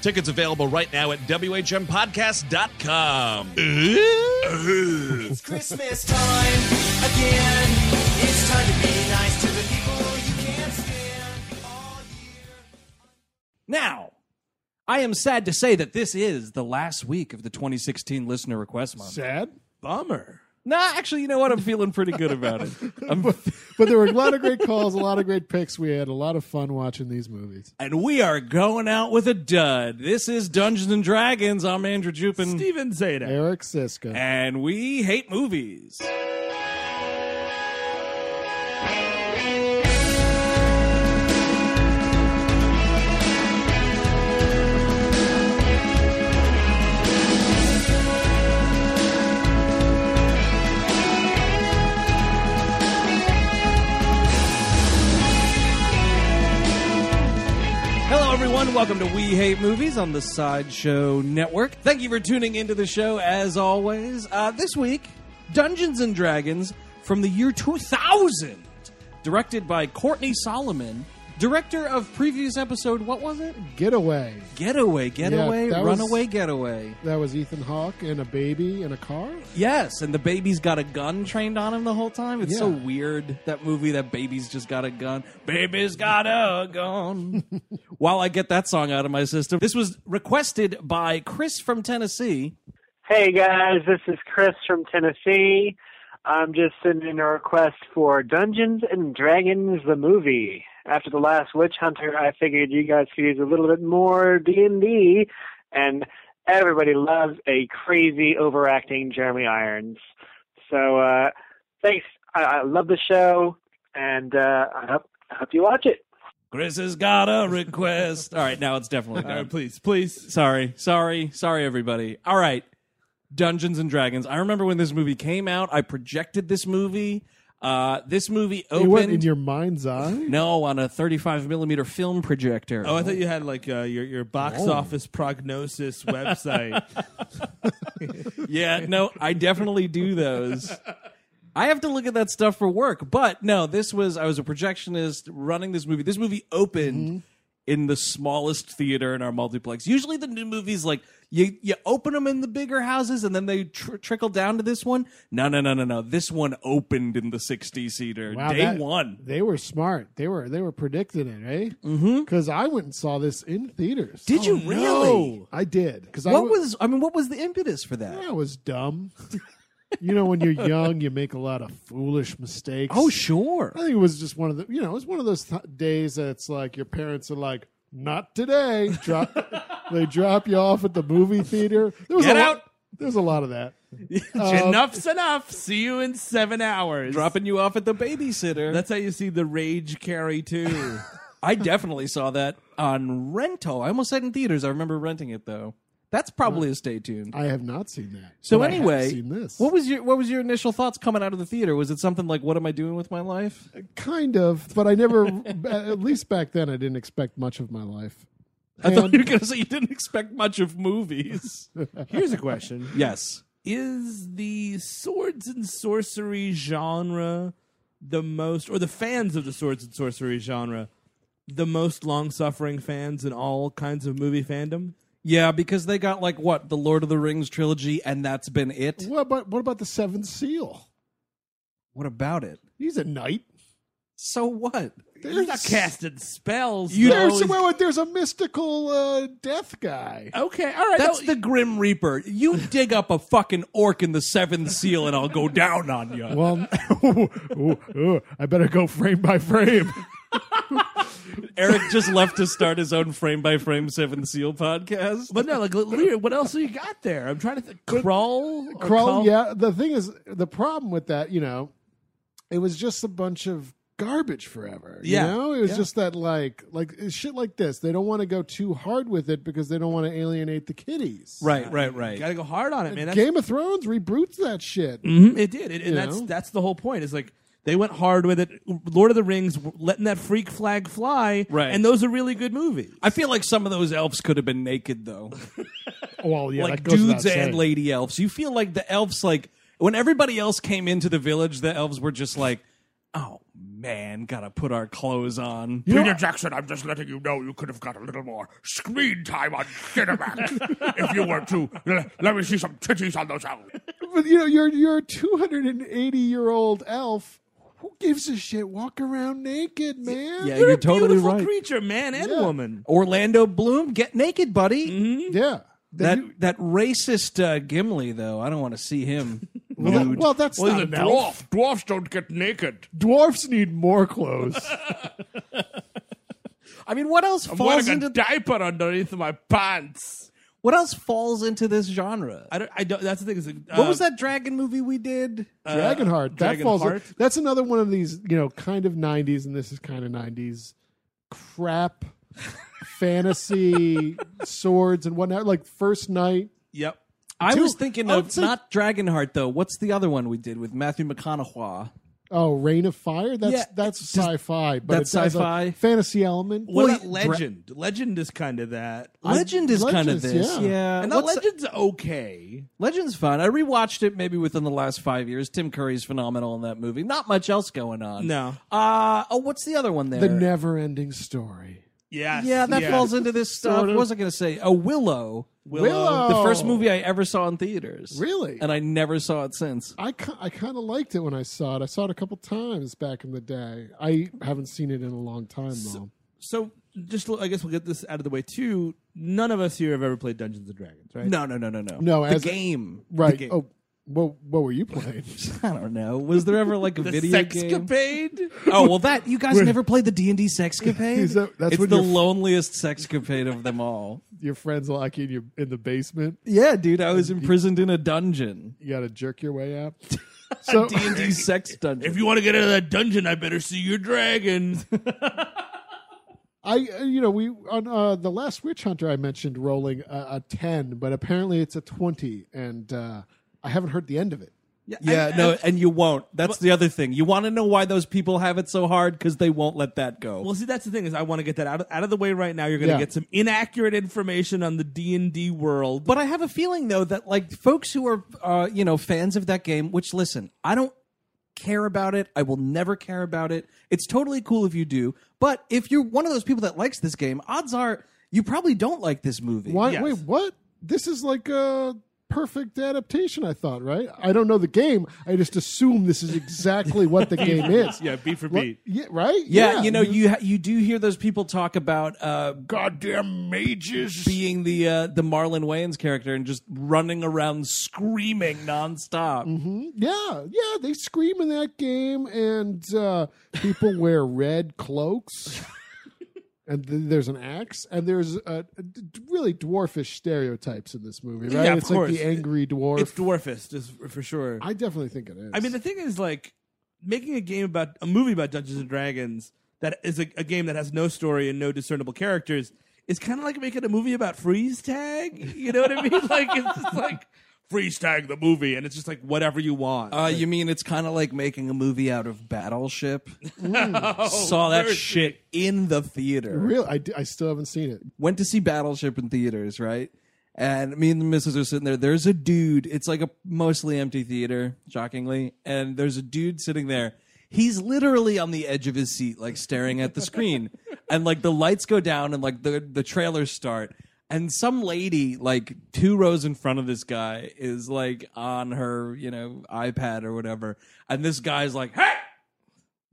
Tickets available right now at WHMPodcast.com. It's Christmas time again. It's time to be nice to the people you can't stand all year. Now, I am sad to say that this is the last week of the 2016 listener request month. Sad, Bummer. Nah, actually, you know what? I'm feeling pretty good about it. I'm, but there were a lot of great calls, a lot of great picks. We had a lot of fun watching these movies. and we are going out with a dud. This is Dungeons and Dragons. I'm Andrew Jupin. Steven Zeta. Eric Siska. And we hate movies. Hello, everyone. Welcome to We Hate Movies on the Sideshow Network. Thank you for tuning into the show, as always. Uh, this week, Dungeons and Dragons from the year 2000, directed by Courtney Solomon, director of previous episode, what was it? Getaway. Getaway, Getaway, that was- Runaway, Getaway. That was Ethan Hawke and a baby in a car. Yes, and the baby's got a gun trained on him the whole time. It's so Yeah. weird that movie that baby's just got a gun. Baby's got a gun. While I get that song out of my system, this was requested by Chris from Tennessee. Hey guys, this is Chris from Tennessee. I'm just sending a request for Dungeons and Dragons the movie. After the last Witch Hunter, I figured you guys could use a little bit more D&D and everybody loves a crazy overacting Jeremy Irons. So uh thanks. I, I love the show and uh I hope I hope you watch it. Chris has got a request. All right, now it's definitely done. All right, please, please. Sorry, sorry, sorry, everybody. All right, Dungeons and Dragons. I remember when this movie came out. I projected this movie. Uh, this movie It went in opened your mind's eye. no on a 35 millimeter film projector. Oh, I thought you had like uh, your your box office prognosis website. Yeah, no, I definitely do those. I have to look at that stuff for work. But no, this was I was a projectionist running this movie. This movie opened Mm-hmm. in the smallest theater in our multiplex. Usually the new movies like you you open them in the bigger houses and then they tr- trickle down to this one. No, no, no, no, no. This one opened in the 60 seater Wow, day that- 1. They were smart. They were they were predicting it, eh? Mm-hmm. Because I went and saw this in theaters. Oh, Did you really? I did. Because I What w- was I mean what was the impetus for that? I was dumb. you know, when you're young, you make a lot of foolish mistakes. Oh, sure. I think it was just one of the you know it was one of those th- days that's like your parents are like not today drop they drop you off at the movie theater there was Get a out. lot, there was a lot of that Um, Enough's enough. See you in seven hours. Dropping you off at the babysitter. That's how you see the rage carry too. I definitely saw that on rental. I almost said in theaters. I remember renting it though. That's probably a stay tuned. I have not seen that. So But I have anyway, seen this. what was your what was your initial thoughts coming out of the theater? Was it something like, "What am I doing with my life"? kind of, but I never. at least back then, I didn't expect much of my life. I thought And- you were going to say you didn't expect much of movies. Here's a question: yes, Is the swords and sorcery genre the most, or the fans of the swords and sorcery genre, the most long-suffering fans in all kinds of movie fandom? yeah, because they got like what the Lord of the Rings trilogy, and that's been it. What about what about the Seventh Seal? What about it? He's a knight. So what? They're not casting spells. though. there's, wait, wait, there's a mystical uh, death guy. okay, all right. That's no, the Grim Reaper. You dig up a fucking orc in the Seventh Seal, and I'll go down on you. Well, ooh, ooh, ooh, I better go frame by frame. Eric just left to start his own frame by frame Seventh Seal podcast. but no, like, literally, what else do you got there? I'm trying to think. Crawl, Or Crawl, yeah. The thing is, the problem with that, you know, it was just a bunch of garbage forever. Yeah. You know, it was just that like, like shit like this. They don't want to go too hard with it because they don't want to alienate the kiddies. Right, right, right. Gotta go hard on it, man. That's, Game of Thrones reboots that shit. Mhm, it did, it, and that's know? that's the whole point. Is like they went hard with it. Lord of the Rings, letting that freak flag fly, Right. And those are really good movies. I feel like some of those elves could have been naked though. Well, yeah, that like goes dudes without and saying. lady elves. You feel like the elves like when everybody else came into the village, the elves were just like, "Oh man, got to put our clothes on." Peter Jackson, I'm just letting you know you could have got a little more screen time on Cinemax if you were to. l- let me see some titties on those out. But you know, you're you're a 280 year old elf. Who gives a shit? Walk around naked, man. You're Yeah, you're a totally beautiful right. creature, man and Yeah. woman. Orlando Bloom, get naked, buddy. Yeah. Mm-hmm. That Then you- that racist uh, Gimli though, I don't want to see him. well, that- well, that's Well, not the an elf. dwarf. Dwarfs don't get naked. Dwarfs need more clothes. I mean, what else I'm falls wearing a into diaper underneath my pants. what else falls into this genre? I don't. I don't. That's the thing. Is like, what uh, was um, that dragon movie we did? uh, Dragonheart. that Dragonheart. falls. in- that's another one of these, you know, kind of '90s, and this is kind of '90s crap, fantasy, swords and whatnot. Like first night. Yep. I Two- was thinking I of would say- not Dragonheart though. What's the other one we did with Matthew McConaughey? Oh, Rain of Fire. That's Yeah, that's it's just- sci-fi, but that's it has a sci-fi. fantasy element. What Well, about you- Legend? legend is kind of that. Legend is kind Legends, of this, yeah. yeah. And that What's- Legend's okay. Legend's fun. I rewatched it maybe within the last five years. Tim Curry's phenomenal in that movie. Not much else going on. No. Uh, oh, what's the other one there? the never-ending story. Yes. yeah, that yes. falls into this stuff. Sort of. What was I going to say? A Willow. Willow. The first movie I ever saw in theaters. Really? And I never saw it since. I, ki- I kind of liked it when I saw it. I saw it a couple times back in the day. I haven't seen it in a long time though. So just I guess we'll get this out of the way too. None of us here have ever played Dungeons and Dragons, right? No, no, no, no, no. No, the as a- game. right? game. Oh, well, what were you playing? I don't know. Was there ever like a The video game? sexcapade. Oh well, that you guys never played the D and D sexcapade. Is that- that's it's when the you're- loneliest sexcapade of them all. Your friends lock you in, your, in the basement. Yeah, dude, I was imprisoned in a dungeon. You got to jerk your way out. So D and D sex dungeon. If you want to get out of that dungeon, I better see your dragon. I, uh, you know, we on uh, the last witch hunter I mentioned rolling a, a ten, but apparently it's a twenty, and uh, I haven't heard the end of it. yeah, no, and you won't. That's the other thing. You want to know why those people have it so hard because they won't let that go. Well, see, that's the thing is, I want to get that out of, out of the way right now. You're going to Yeah. get some inaccurate information on the D and D world. but I have a feeling though that like folks who are uh, you know fans of that game, which listen, I don't care about it. I will never care about it. It's totally cool if you do, but if you're one of those people that likes this game, odds are you probably don't like this movie. Why? Yes. Wait, what? This is like a perfect adaptation. I thought, right? I don't know the game. I just assume this is exactly what the game is. yeah, beat for Well, beat. yeah, Mm-hmm. right. Yeah, you know, you ha- you do hear those people talk about uh, Goddamn mages. being the uh, the Marlon Wayans character and just running around screaming nonstop. Yeah, yeah, they scream in that game, and uh, people wear red cloaks. And th- there's an axe, and there's uh, d- d- really dwarfish stereotypes in this movie, right? Yeah, of it's course. like the angry dwarf. It's dwarfist, is for sure. I definitely think it is. I mean, the thing is, like, making a game about a movie about Dungeons and Dragons that is a, a game that has no story and no discernible characters it's kind of like making a movie about freeze tag. You know what I mean? Like it's just like freeze tag the movie, and it's just like whatever you want. Uh, you mean it's kind of like making a movie out of Battleship? Saw that shit in the theater. Really, I, d- I still haven't seen it. Went to see Battleship in theaters, right? And me and the missus are sitting there. There's a dude. It's like a mostly empty theater, shockingly. And there's a dude sitting there. He's literally on the edge of his seat, like staring at the screen. and like the lights go down and like the, the trailers start. And some lady, like two rows in front of this guy, is like on her, you know, iPad or whatever. And this guy's like, hey!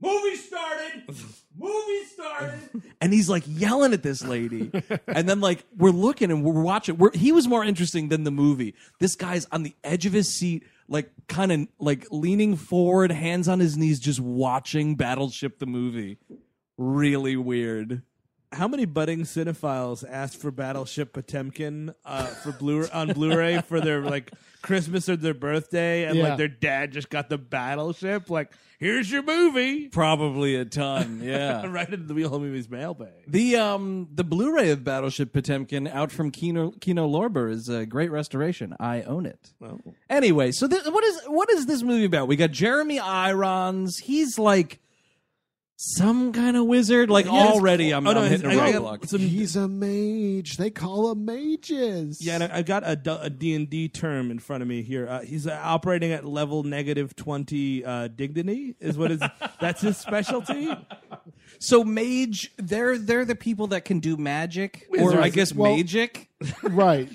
movie started movie started and he's like yelling at this lady and then like we're looking and we're watching we're, he was more interesting than the movie this guy's on the edge of his seat like kind of like leaning forward hands on his knees just watching battleship the movie really weird How many budding cinephiles asked for Battleship Potemkin uh, for Blu on Blu-ray for their like Christmas or their birthday, and Yeah. like their dad just got the Battleship? Like, here's your movie. probably a ton yeah Right into the Wheel Home Movies mailbag. the um the blu-ray of battleship potemkin out from kino kino lorber is a great restoration i own it Anyway, so thi- what is what is this movie about? We got Jeremy Irons. He's like some kind of wizard. Like already, I'm, oh, no, I'm hitting a I- I- roadblock. some- He's a mage. They call him mages. Yeah, and I- I've got a du- a D&D term in front of me here. Uh, he's uh, operating at level negative 20 uh, dignity is what is that's his specialty. So mage, they're they're the people that can do magic, or I guess Well- magic. right.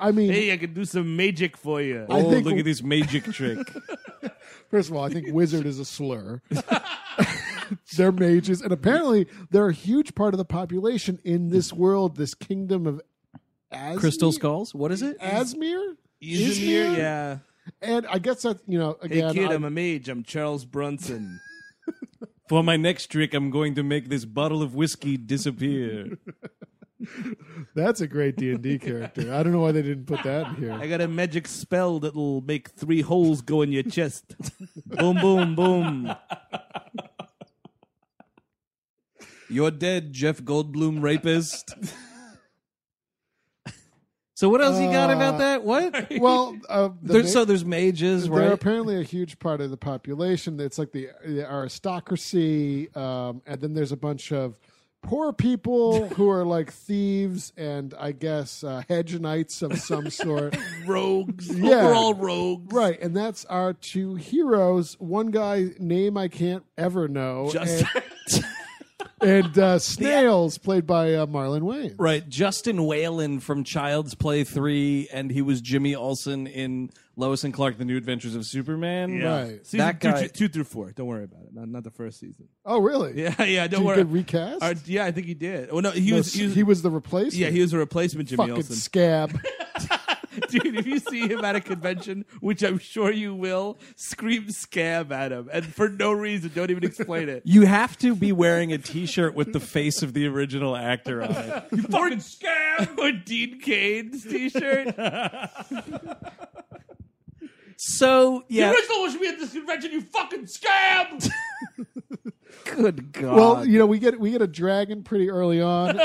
I mean, Hey, oh, I can do some magic for you. I think this magic trick. First of all, I think wizard is a slur. they're mages, and apparently they're a huge part of the population in this world, this kingdom of Asmir? Crystal skulls. What is it? Asmir, Engineer, yeah. and I guess that you know Hey again. kid, I- I'm a mage. I'm Charles Brunson. For my next trick, I'm going to make this bottle of whiskey disappear. that's a great D and D character. I don't know why they didn't put that in I here. got a magic spell that'll make three holes go in your chest. boom, boom, boom. You're dead, Jeff Goldblum rapist. so what else you got about Uh, that? What? Well, uh, the There- ma- so there's mages, they're right? apparently a huge part of the population. It's like the, the aristocracy, um, and then there's a bunch of poor people who are like thieves and I guess uh, hedgenites of some sort. rogues. Yeah. Overall rogues. Right, and that's our two heroes. One guy name I can't ever know, Just- and, and uh, Snails, played by uh, Marlon Wayne. right. Justin Whalen from Child's Play 3, and he was Jimmy Olsen in Lois and Clark, The New Adventures of Superman. Right. Season That two, guy- two through four. Don't worry about it. Not, not the first season. Oh, really? Yeah, yeah. Don't Did worry. he get recast? Uh, yeah, I think he did. Well, no, he No, was. He was, he was the replacement. yeah, he was a replacement Jimmy fucking Olsen. scab. Dude, if you see him at a convention, which I'm sure you will, scream scab at him. And for no reason, don't even explain it. You have to be wearing a t shirt with the face of the original actor on it. You fucking scab! Or Dean Cain's t shirt. So, yeah. was should be at this convention, you fucking scab! Good God. Well, you know, we get we get a dragon pretty early on.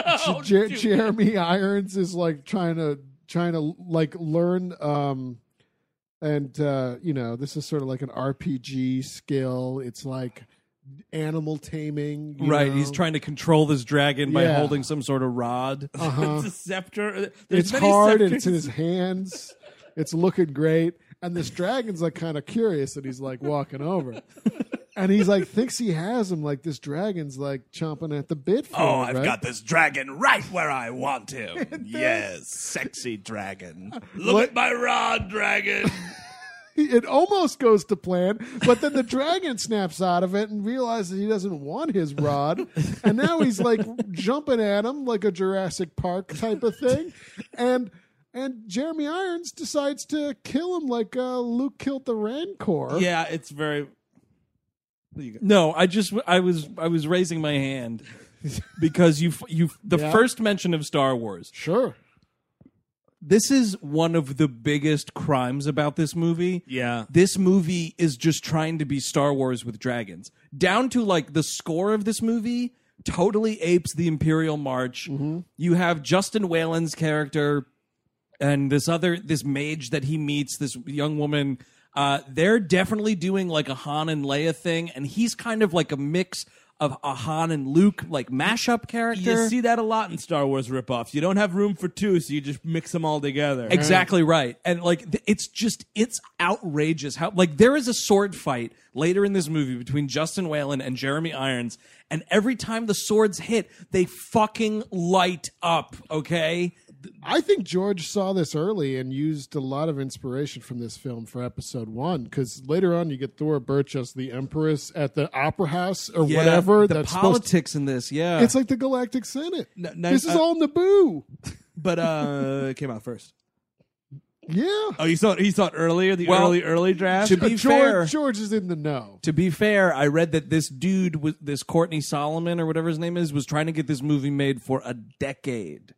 Jer- Jeremy Irons is like trying to trying to like learn um and uh you know, this is sort of like an RPG skill. It's like animal taming, you right. know? He's trying to control this dragon by Yeah. Uh-huh. holding some sort of rod. It's a scepter. There's It's many hard and it's in scepters. his hands. It's looking great. And this dragon's like kind of curious that he's like walking over. And he's like thinks he has him like this dragon's like chomping at the bit for Oh, him, I've right? got this dragon right where I want him. yes, sexy dragon. Look What- at my rod, dragon. it almost goes to plan, but then the dragon snaps out of it and realizes he doesn't want his rod. And now he's like jumping at him like a Jurassic Park type of thing. And and Jeremy Irons decides to kill him like uh, Luke killed the Rancor. Yeah, it's very. There you go. No, I just I was I was raising my hand because you you the Yeah. first mention of Star Wars. Sure. This is one of the biggest crimes about this movie. Yeah. This movie is just trying to be Star Wars with dragons. Down to like the score of this movie totally apes the Imperial March. Mm-hmm. You have Justin Whalen's character and this other this mage that he meets, this young woman. Uh, they're definitely doing like a Han and Leia thing, and he's kind of like a mix of a Han and Luke like mashup character. You see that a lot in Star Wars ripoffs. You don't have room for two, so you just mix them all together. Mm-hmm. Exactly right. And like th- it's just it's outrageous how like there is a sword fight later in this movie between Justin Whalen and Jeremy Irons and every time the swords hit they fucking light up, okay? I think George saw this early and used a lot of inspiration from this film for episode one. Because later on, you get Thora Birch as the Empress at the Opera House or whatever. the that's supposed to- politics in this, yeah. it's like the Galactic Senate. No, no, this is uh, all Naboo. But uh, it came out first. Yeah. Oh, you saw it. You saw it earlier. The Well, early early draft. to be George, fair, George is in the know. to be fair, I read that this dude was this Courtney Solomon or whatever his name is was trying to get this movie made for a decade.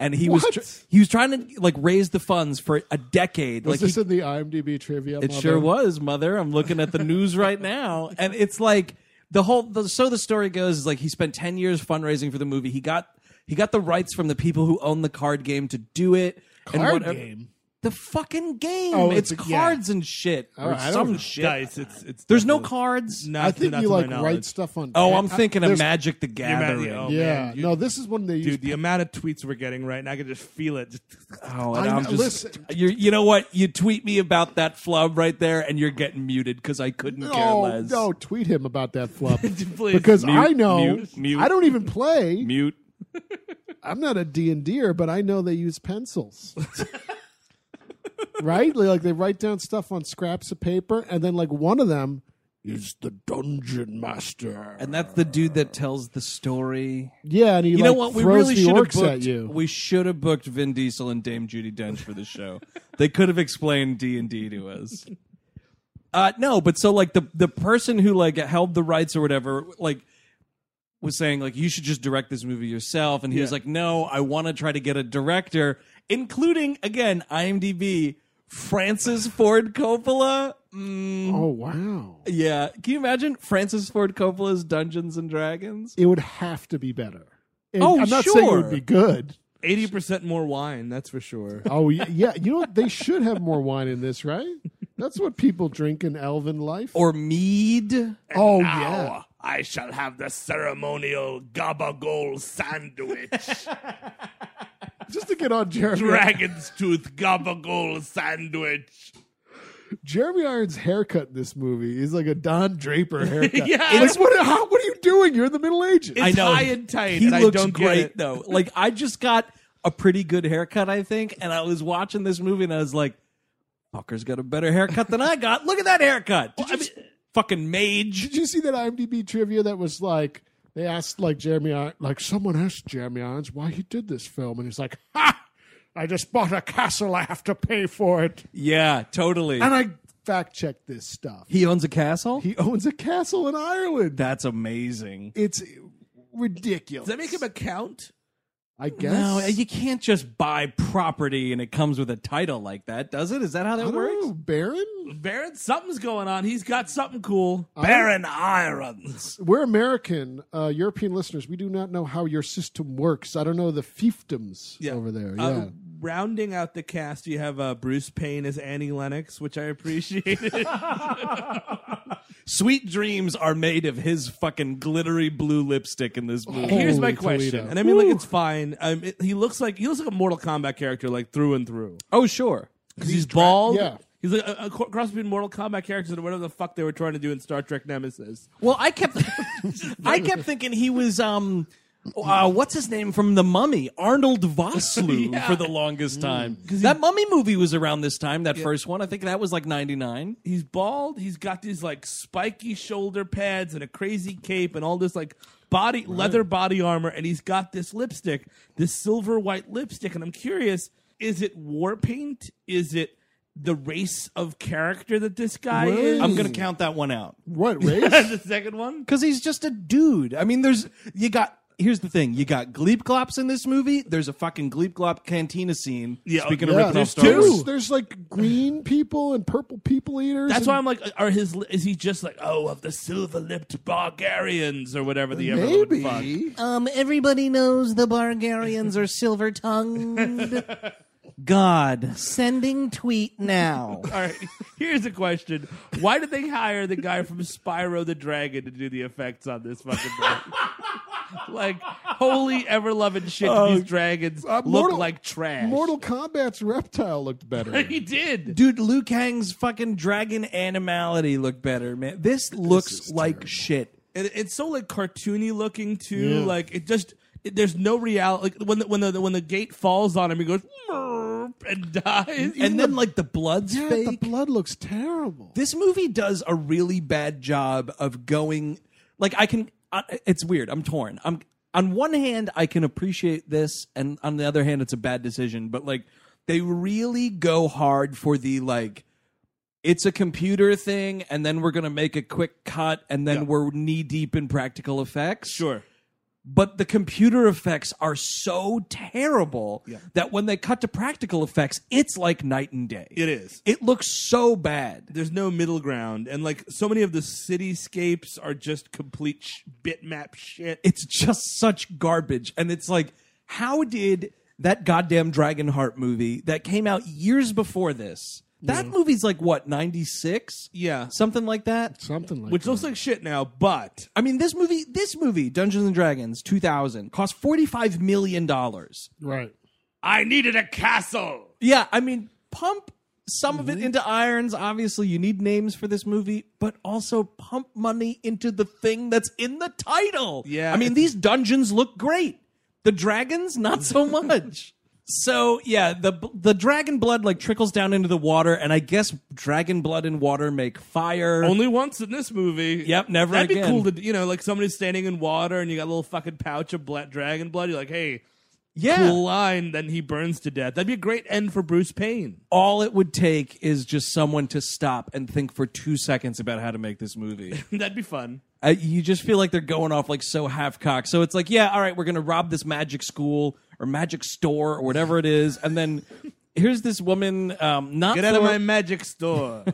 And he was What? tr- he was trying to like raise the funds for a decade. Was like this he- in the IMDb trivia? It mother? sure was, mother. I'm looking at the news right now, and it's like the whole. The, so the story goes is like he spent ten years fundraising for the movie. He got he got the rights from the people who own the card game to do it. and Card whatever- game? The fucking game. Oh, it's, it's a- yeah. Oh, cards and shit or I don't some know. shit. dice. It's it's. There's no definitely- cards. Not, I think not to you my like write knowledge. stuff on. Oh, I'm I- thinking of there's- Magic the You're mad- Gathering. oh, Oh, Yeah, man, you- no, this is when they use Dude, the amount of tweets we're getting right now, I can just feel it. Just, Oh, and I I'm know- just listen. you you know what? You tweet me about that flub right there, and you're getting muted because I couldn't care No, less. no, tweet him about that flub Please. because I know mute, mute. I don't even play. mute. I'm not a D and Der, but I know they use pencils. right? Like they write down stuff on scraps of paper, and then like one of them is the dungeon master. And that's the dude that tells the story. yeah, and he You like know what? We throws really the should have orcs booked. at you. We should have booked Vin Diesel and Dame Judy Dench for the show. they could have explained D and D to us. Uh, no, but so like the the person who like held the rights or whatever, like was saying like you should just direct this movie yourself, and he was like, no, I want to try to get a director, including again IMDb Francis Ford Coppola. Mm, oh wow! yeah, can you imagine Francis Ford Coppola's Dungeons and Dragons? It would have to be better. And Oh, I'm not saying it sure. would be good. eighty percent more wine. That's for sure. Oh y- yeah, you know what? They should have more wine in this, right? That's what people drink in elven life. Or mead? oh yeah, Now I shall have the ceremonial gabagol sandwich. just to get on Jeremy. Dragon's tooth gabagol sandwich. Jeremy Irons' haircut in this movie is like a Don Draper haircut. yeah, like, what, how, what are you doing? You're in the Middle Ages. I know. high and tight, He and I looks don't get great it. though. Like I just got a pretty good haircut, I think, and I was watching this movie and I was like, "Fucker's got a better haircut than I got. Look at that haircut! Did you s- fucking mage." Did you see that IMDb trivia that was like they asked like Jeremy Ir- like someone asked Jeremy Irons why he did this film and he's like ha I just bought a castle I have to pay for it Yeah, totally. and I fact checked this stuff. he owns a castle. He owns a castle in Ireland. That's amazing. it's ridiculous. Does that uh, make him a count? I guess. No, uh, you can't just buy property and it comes with a title like that, does it? Is that how I that don't works? know, Baron? Baron, something's going on. He's got something cool. Uh, Baron Irons. We're American, uh, European listeners. We do not know how your system works. I don't know the fiefdoms over there. Yeah. Uh, rounding out the cast, you have uh, Bruce Payne as Annie Lennox, which I appreciated. Sweet dreams are made of his fucking glittery blue lipstick in this movie. Here's my Holy question, Toledo. and I mean, like, it's fine. Um, it- he looks like he looks like a Mortal Kombat character, like through and through. Oh, sure. Because he's, bald. yeah. He's like a, a cro- cross between Mortal Kombat characters and whatever the fuck they were trying to do in Star Trek Nemesis. Well, I kept I kept thinking he was um uh, what's his name from the Mummy? Arnold Vosloo for the longest time. That Mummy movie was around this time, that first one. I think that was like 99. He's bald. He's got these like spiky shoulder pads and a crazy cape and all this like body leather body armor, and he's got this lipstick, this silver white lipstick. And I'm curious, is it war paint? Is it the race of character that this guy is? I'm going to count that one out. what race? the second one. Cuz he's just a dude. I mean, there's you got here's the thing: you got Gleep Glops in this movie. There's a fucking Gleep Glop cantina scene. Yeah, speaking of ripping off There's, Star Wars, there's like green people and purple people eaters. That's and why I'm like, are his? Is he just like, oh, of the silver-lipped Bulgarians or whatever the everyone fuck? maybe um, everybody knows the Bargarians are silver tongued. God, sending tweet now. All right, here's a question: Why did they hire the guy from Spyro the Dragon to do the effects on this fucking thing? like, holy ever loving shit! these dragons uh, look Mortal- like trash. Mortal Kombat's reptile looked better. he did. Dude, Liu Kang's fucking dragon animality looked better, man. This looks like shit. And it- it's so like cartoony looking too. Like it just it, there's no reality. Like when the, when the when the gate falls on him, he goes "Merp," and dies. and then, like, the blood's yeah, fake. the blood looks terrible. this movie does a really bad job of going like i can I, it's weird i'm torn i'm on one hand i can appreciate this and on the other hand it's a bad decision but like they really go hard for the like it's a computer thing and then we're going to make a quick cut and then we're knee deep in practical effects sure. but the computer effects are so terrible that when they cut to practical effects it's like night and day It is. it looks so bad There's no middle ground, and like so many of the cityscapes are just complete sh- bitmap shit. it's just such garbage and it's like how did that goddamn dragonheart movie that came out years before this that movie's like what 96 Yeah. something like that Something like which that. looks like shit now, but i mean this movie this movie dungeons and dragons 2000 cost 45 million dollars right. I needed a castle. yeah i mean pump some of it into irons obviously you need names for this movie but also pump money into the thing that's in the title Yeah, i mean it's- these dungeons look great the dragons not so much so yeah the the dragon blood like trickles down into the water and i guess dragon blood and water make fire only once in this movie. Yep, never That'd again. be cool to you know, like somebody's standing in water and you got a little fucking pouch of bla- dragon blood. You're like, hey, yeah cool line. Then he burns to death. That'd be a great end for Bruce Payne. all it would take is just someone to stop and think for 2 seconds about how to make this movie That'd be fun. I, you just feel like they're going off like so half cocked. So it's like, yeah, all right, we're gonna rob this magic school or magic store or whatever it is, and then here's this woman, um, not Get out of for- my magic store.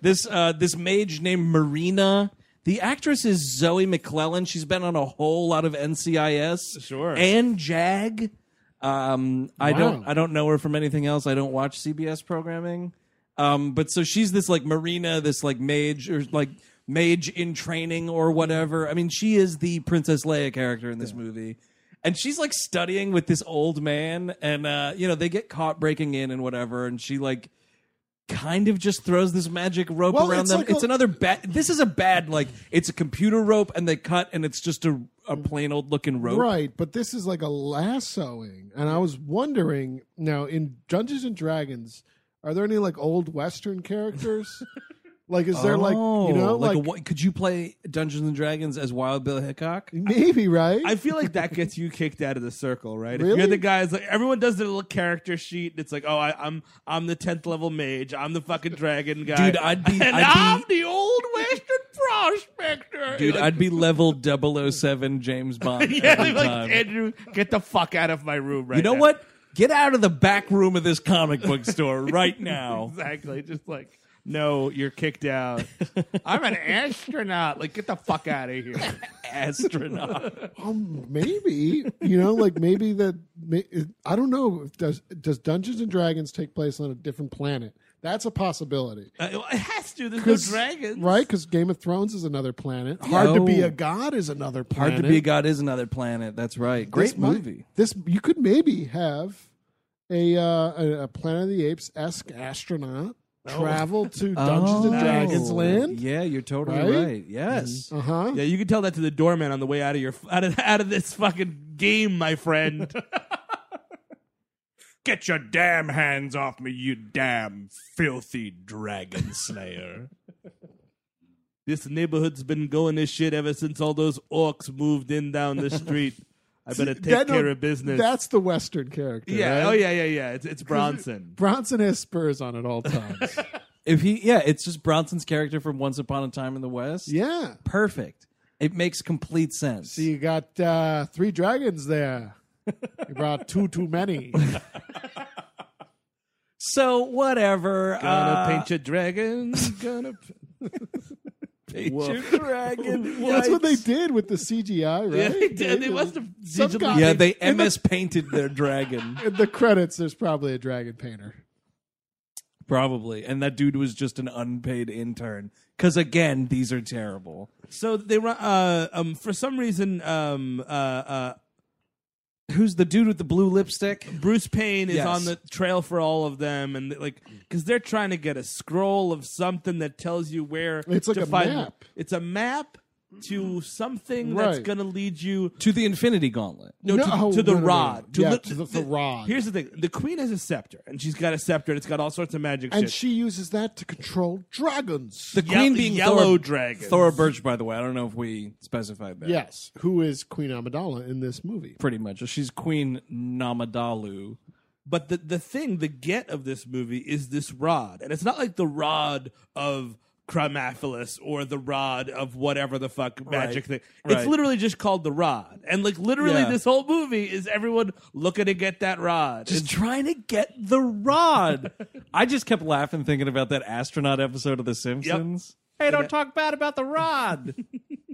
this uh, this mage named Marina. The actress is Zoe McClellan. She's been on a whole lot of NCIS, Sure. and Jag. Um, I don't Wow. I don't know her from anything else. I don't watch CBS programming. Um, but so she's this like Marina, this like mage or like mage in training or whatever. I mean, she is the Princess Leia character in this movie. And she's like studying with this old man, and uh, you know, they get caught breaking in and whatever, and she like kind of just throws this magic rope Well, around it's them. like it's a- another bad. This is a bad like it's a computer rope, and they cut, and it's just a a plain old looking rope. Right, but this is like a lassoing, and I was wondering now in Dungeons and Dragons, are there any like old Western characters? like, is there like you know Oh, like, a wa- could you play Dungeons and Dragons as Wild Bill Hickok? maybe right? I feel like that gets you kicked out of the circle, right? If Really? you're the guy, it's like everyone does their little character sheet. And it's like, oh, I, I'm I'm the tenth level mage. I'm the fucking dragon guy, Dude, I'd be- and I'd be- am the old western prospector, Dude, I'd be level 007 James Bond yeah, every they're like eh. time. Andrew, get the fuck out of my room right you know now." what? Get out of the back room of this comic book store right now. Exactly, just like. No, you're kicked out. I'm an astronaut. Like, get the fuck out of here. Astronaut. Um, maybe you know like maybe that may- I don't know. Does does Dungeons and Dragons take place on a different planet? That's a possibility, Uh, it has to. There's no dragons, right? Because Game of Thrones is another planet. Hard to be Oh. a god is another planet. Hard to be God is another planet. That's right. Great This might- movie. this you could maybe have a uh, a, a Planet of the Apes esque astronaut Oh. travel to Dungeons and Oh. Dragons land. Yeah, you're totally right. Right? Yes. Uh huh. Yeah, you can tell that to the doorman on the way out of your out of out of this fucking game, my friend. Get your damn hands off me, you damn filthy dragon slayer. This neighborhood's been going this shit ever since all those orcs moved in down the street. I better take That- care of business. That's the Western character. yeah, right? oh yeah, yeah, yeah. It's it's Bronson. Bronson has spurs on at all times. If he, yeah, it's just Bronson's character from Once Upon a Time in the West. yeah. Perfect. It makes complete sense. So you got uh, three dragons there. You brought two too many. So whatever. Gonna uh, paint your dragon. Gonna. p- paint your dragon. That's what they did with the CGI, right? Yeah, they did. They must have Some digitally- guy- Yeah, they in the- MS painted their dragon in the credits. There's probably a dragon painter. probably, and that dude was just an unpaid intern. Because again, these are terrible. So they run. Uh, um, for some reason, um, uh, uh, Who's the dude with the blue lipstick? Bruce Payne is Yes. on the trail for all of them, and like because they're trying to get a scroll of something that tells you where It's like to a find- map. It's a map to something that's Right. going to lead you To the Infinity Gauntlet. no, to, No, to the no, no, no. rod. Yeah, lit- to the- the rod. Here's the thing: the queen has a scepter, and she's got a scepter, and it's got all sorts of magic And shit. she uses that to control dragons. The Ye- queen being yellow Thora, dragon. Thora Birch, by the way. I don't know if we specified that. yes, who is Queen Amidala in this movie? Pretty much. She's Queen Namadalu. But the the thing, the get of this movie is this rod, and it's not like the rod of Chromophilus or the rod of whatever the fuck magic thing. It's Right. literally just called the rod, and like literally, Yeah. this whole movie is everyone looking to get that rod. Just trying to get the rod. I just kept laughing thinking about that astronaut episode of The Simpsons. Hey, don't talk bad about the rod.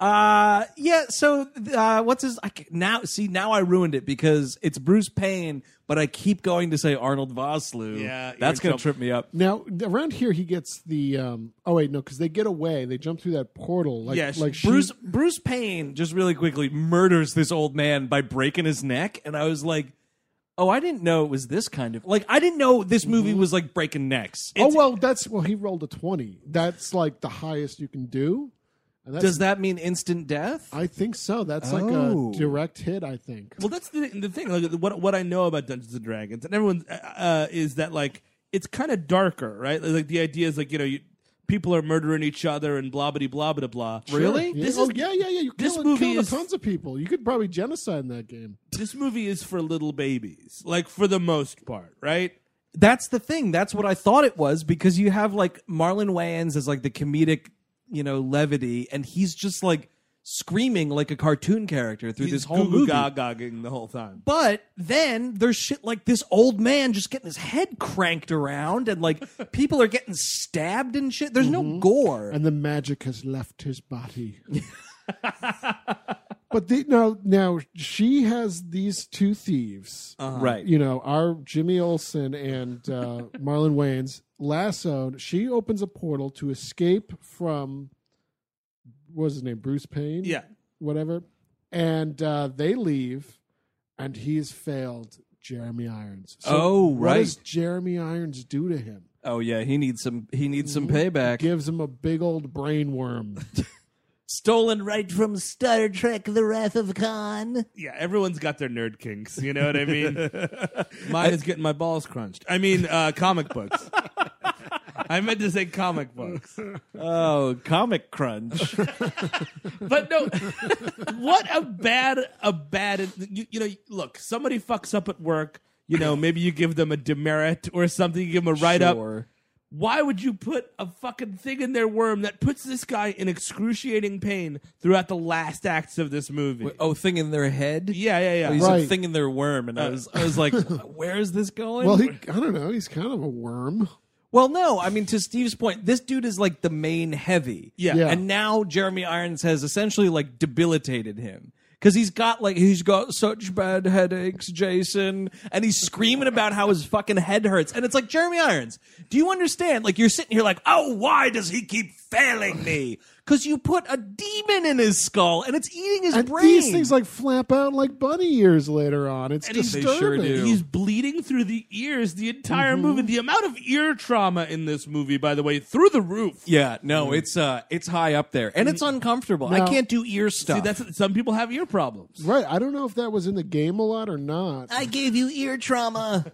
uh yeah, so uh what's his I ca- now see now I ruined it because it's Bruce Payne, but I keep going to say Arnold Vosloo. Yeah, you're That's in trouble. going to trip me up. Now around here, he gets the. Um, oh wait, no, because they get away. They jump through that portal. Like, Yes, like she- Bruce Bruce Payne just really quickly murders this old man by breaking his neck, and I was like, "Oh, I didn't know it was this kind of like I didn't know this movie was like breaking necks." oh well, that's well. He rolled a twenty. That's like the highest you can do. And that's, Does that mean instant death? I think so. That's like Oh. a direct hit. I think. Well, that's the the thing. Like, what what I know about Dungeons and Dragons and everyone uh, uh, is that like it's kind of darker, right? Like the idea is like you know you, people are murdering each other and blah blah blah blah blah. Really? Yeah. This oh is yeah, yeah, yeah. You this kill, movie kill is- tons of people. You could probably genocide in that game. this movie is for little babies, like for the most part, right? That's the thing. That's what I thought it was because you have like Marlon Wayans as like the comedic, you know, levity, and he's just like screaming like a cartoon character through this whole Goo Goo movie. Gagaing the whole time. But then there's shit like this old man just getting his head cranked around, and like people are getting stabbed and shit. There's no gore. and the magic has left his body. but the, now, now she has these two thieves, Uh-huh. right. you know, our Jimmy Olsen and uh, Marlon Wayans lassoed. She opens a portal to escape from what was his name, Bruce Payne, Yeah. whatever, and uh, they leave, and he's failed. Jeremy Irons. Oh, What right. does Jeremy Irons do to him? Oh yeah, he needs some. He needs some payback. Gives him a big old brain worm. Stolen right from Star Trek: The Wrath of Khan. Yeah, everyone's got their nerd kinks. You know what I mean? Mine is getting my balls crunched. I mean, uh, comic books. I meant to say comic books. Oh, comic crunch. But no, what a bad, a bad, you, you know, look, somebody fucks up at work. You know, maybe you give them a demerit or something, you give them a write up. Sure. Why would you put a fucking thing in their worm that puts this guy in excruciating pain throughout the last acts of this movie? Oh, thing in their head. yeah, yeah, yeah. Oh, he's Right. Uh, a thing in their worm, and I was, I was like, where is this going? Well, he, I don't know. He's kind of a worm. Well, no, I mean to Steve's point, this dude is like the main heavy. Yeah. Yeah. And now Jeremy Irons has essentially like debilitated him. Cause he's got like he's got such bad headaches, Jason, and he's screaming about how his fucking head hurts. And it's like Jeremy Irons, do you understand? Like you're sitting here like, oh, why does he keep failing me? Cause you put a demon in his skull and it's eating his And brain. these things like flap out like bunny ears later on. It's And he's- They disturbing. sure do. He's bleeding through the ears the entire Mm-hmm. movie. The amount of ear trauma in this movie, by the way, through the roof. yeah, no, Mm. it's uh it's high up there. And it's uncomfortable. I Now- can't do ear stuff. See, that's some people have ear problems. Right. I don't know if that was in the game a lot or not. I gave you ear trauma.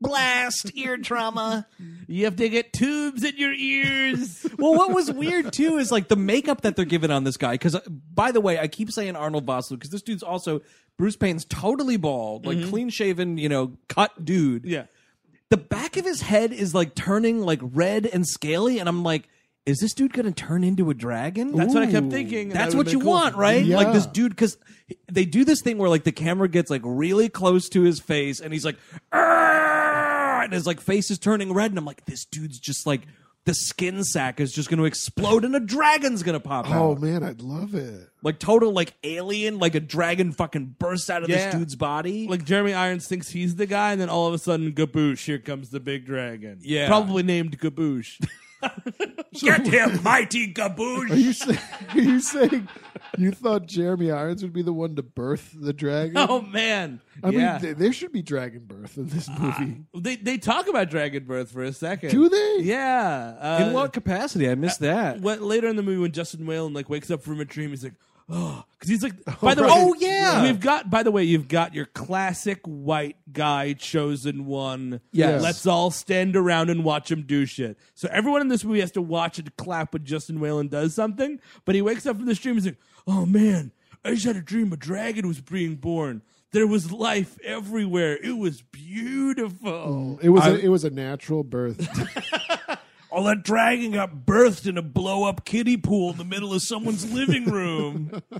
Blast ear trauma. You have to get tubes in your ears. Well, what was weird too is like the makeup that they're giving on this guy. Because by the way, I keep saying Arnold Vosloo because this dude's also Bruce Payne's totally bald, like clean shaven, you know, cut dude. Mm-hmm. yeah. The back of his head is like turning like red and scaly, and I'm like, is this dude going to turn into a dragon? That's what I kept thinking. and That's that would've what you been cool. want, right? Yeah. Like this dude, because they do this thing where like the camera gets like really close to his face, and he's like, "Argh!" and his like face is turning red, and I'm like, this dude's just like the skin sack is just going to explode, and a dragon's going to pop Oh out, man, I'd love it. like total like alien, like a dragon fucking bursts out of Yeah. this dude's body. Like Jeremy Irons thinks he's the guy, and then all of a sudden, Gaboosh! Here comes the big dragon. Yeah. probably named Gaboosh. Get him, mighty Gaboosh! Are you saying, are you saying you thought Jeremy Irons would be the one to birth the dragon? oh man! I yeah, Uh, mean, th- there should be dragon birth in this movie. they they talk about dragon birth for a second. Do they? Yeah. Uh, in what capacity? I missed that. when- later in the movie, when Justin Whalen like wakes up from a dream, he's like, oh, because he's like, by the right. way, Oh, yeah. we've got. By the way, you've got your classic white guy chosen one. Yes. let's all stand around and watch him do shit. So everyone in this movie has to watch and clap when Justin Whalen does something. But he wakes up from this dream, he's like, oh man, I just had a dream a dragon was being born. There was life everywhere. It was beautiful. It was a, it was a natural birth. All that dragon got birthed in a blow up kiddie pool in the middle of someone's living room.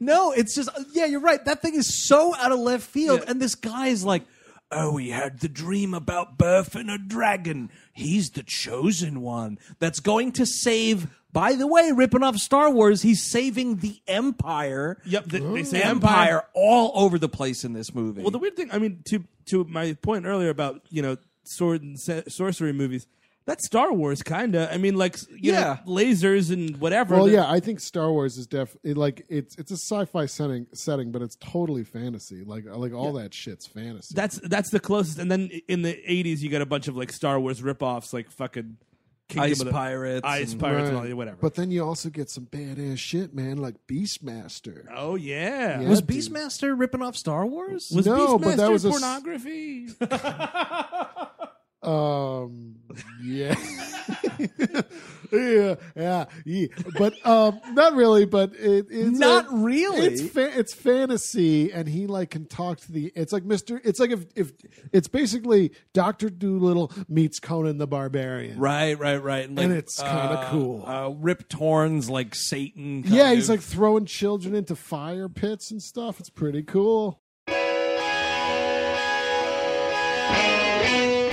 No, it's just yeah, you're right. That thing is so out of left field, and this guy is like, "Oh, he had the dream about birthing a dragon. He's the chosen one that's going to save." By the way, ripping off Star Wars, he's saving the Empire. Yep, they, they say Empire all over the place in this movie. Well, the weird thing, I mean, to to my point earlier about you know sword and se- sorcery movies, that's Star Wars kind of. I mean, like you Yeah. know, lasers and whatever. well, The- yeah, I think Star Wars is def it, like it's it's a sci-fi setting setting, but it's totally fantasy. Like like all that shit's fantasy. that's that's the closest. And then in the '80s, you got a bunch of like Star Wars ripoffs, like fucking Kingdom Ice of the- Pirates Ice and- Pirates, and Right. all, whatever. But then you also get some badass shit, man, like Beastmaster. oh yeah, Yeah. was dude. Beastmaster ripping off Star Wars? was No, Beastmaster but that was a s- pornography? Um. Yeah. yeah. Yeah. Yeah. But um, not really. But it, it's Not a- really? It's fa- it's fantasy, and he like can talk to the. It's like Mister. It's like if if it's basically Doctor Doolittle meets Conan the Barbarian. Right, right, right. like, And it's kinda uh, cool. Uh, Rip Torn's like Satan. kind Yeah, he's of- like throwing children into fire pits and stuff. It's pretty cool.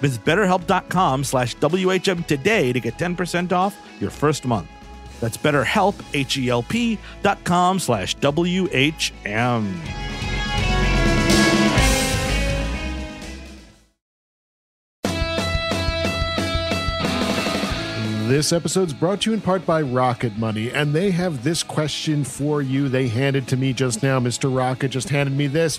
Visit betterhelp.com slash WHM today to get 10% off your first month. That's betterhelp, H-E-L-P dot com slash W-H-M. This episode's brought to you in part by Rocket Money, and they have this question for you. They handed to me just now. Mr. Rocket just handed me this.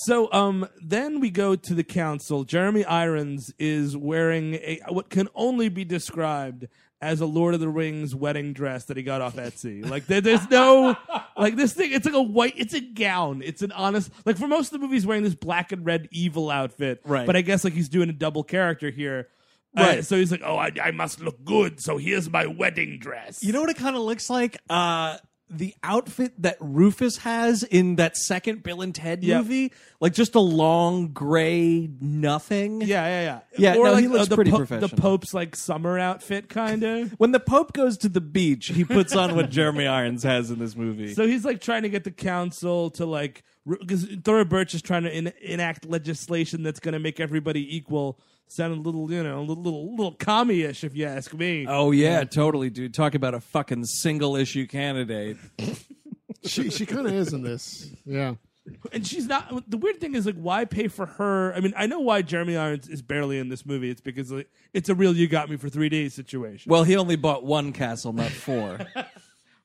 So um, then we go to the council. Jeremy Irons is wearing a what can only be described as a Lord of the Rings wedding dress that he got off Etsy. Like there, there's no like this thing. It's like a white. It's a gown. It's an honest. Like for most of the movies, wearing this black and red evil outfit. Right. But I guess like he's doing a double character here. Uh, Right. so he's like, oh, I, I must look good. So here's my wedding dress. You know what it kind of looks like? Uh, the outfit that Rufus has in that second Bill and Ted Yep. movie, like just a long gray nothing. Yeah, yeah, yeah. Or Yeah, no, like uh, he looks the, pretty po- professional. the Pope's like summer outfit, kind of. When the Pope goes to the beach, he puts on what Jeremy Irons has in this movie. So he's like trying to get the council to like because Thora Birch is trying to en- enact legislation that's going to make everybody equal. Sound a little, you know, a little little, little commie-ish, if you ask me. oh yeah, totally, dude. Talk about a fucking single issue candidate. She she kind of is in this. Yeah. And she's not. The weird thing is like, why pay for her? I mean, I know why Jeremy Irons is barely in this movie. It's because like, it's a real you got me for three days situation. Well, he only bought one castle, not four.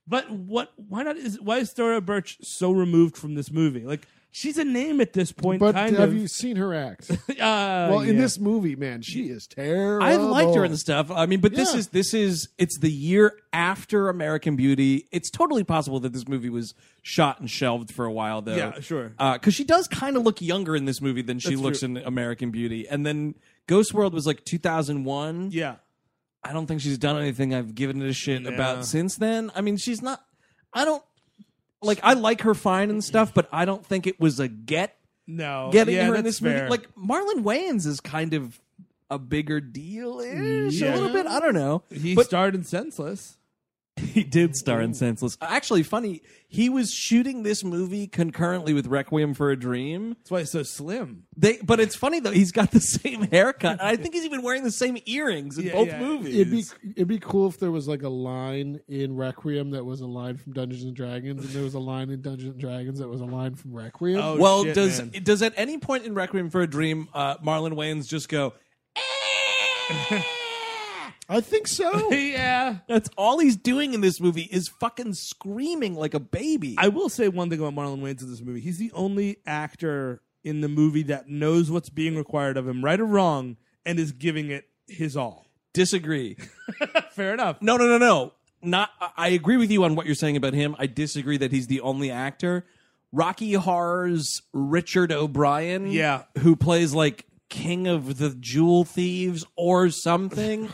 But what? Why not? Is why is Thora Birch so removed from this movie? Like she's a name at this point. But kind have of. you seen her act? Uh, well, in yeah. this movie, man, she is terrible. I liked her and stuff. I mean, but this Yeah. is this is it's the year after American Beauty. It's totally possible that this movie was shot and shelved for a while, though. Yeah, sure. Because she does kind of look younger in this movie than she looks in American Beauty, and then Ghost World was like 2001. yeah. I don't think she's done anything I've given it a shit Yeah. about since then. I mean, she's not. I don't like. I like her fine and stuff, but I don't think it was a get No, getting yeah, her in that's this fair. movie. Like Marlon Wayans is kind of a bigger deal ish Yeah. a little bit. I don't know. He But- starred in Senseless. He did star in Senseless. Actually, funny. He was shooting this movie concurrently with Requiem for a Dream. That's why he's so slim. They, but it's funny though. He's got the same haircut. And I think he's even wearing the same earrings in Yeah, both yeah. movies. It'd be it'd be cool if there was like a line in Requiem that was a line from Dungeons and Dragons, and there was a line in Dungeons and Dragons that was a line from Requiem. Oh, well, shit, does man. does at any point in Requiem for a Dream, uh, Marlon Wayans just go? "Eh!" I think so. yeah. That's all he's doing in this movie is fucking screaming like a baby. I will say one thing about Marlon Wayans in this movie. He's the only actor in the movie that knows what's being required of him, right or wrong, and is giving it his all. disagree. Fair enough. No, no, no, no. Not. I- I agree with you on what you're saying about him. I disagree that he's the only actor. Rocky Horror's Richard O'Brien, Yeah. who plays like King of the Jewel Thieves or something.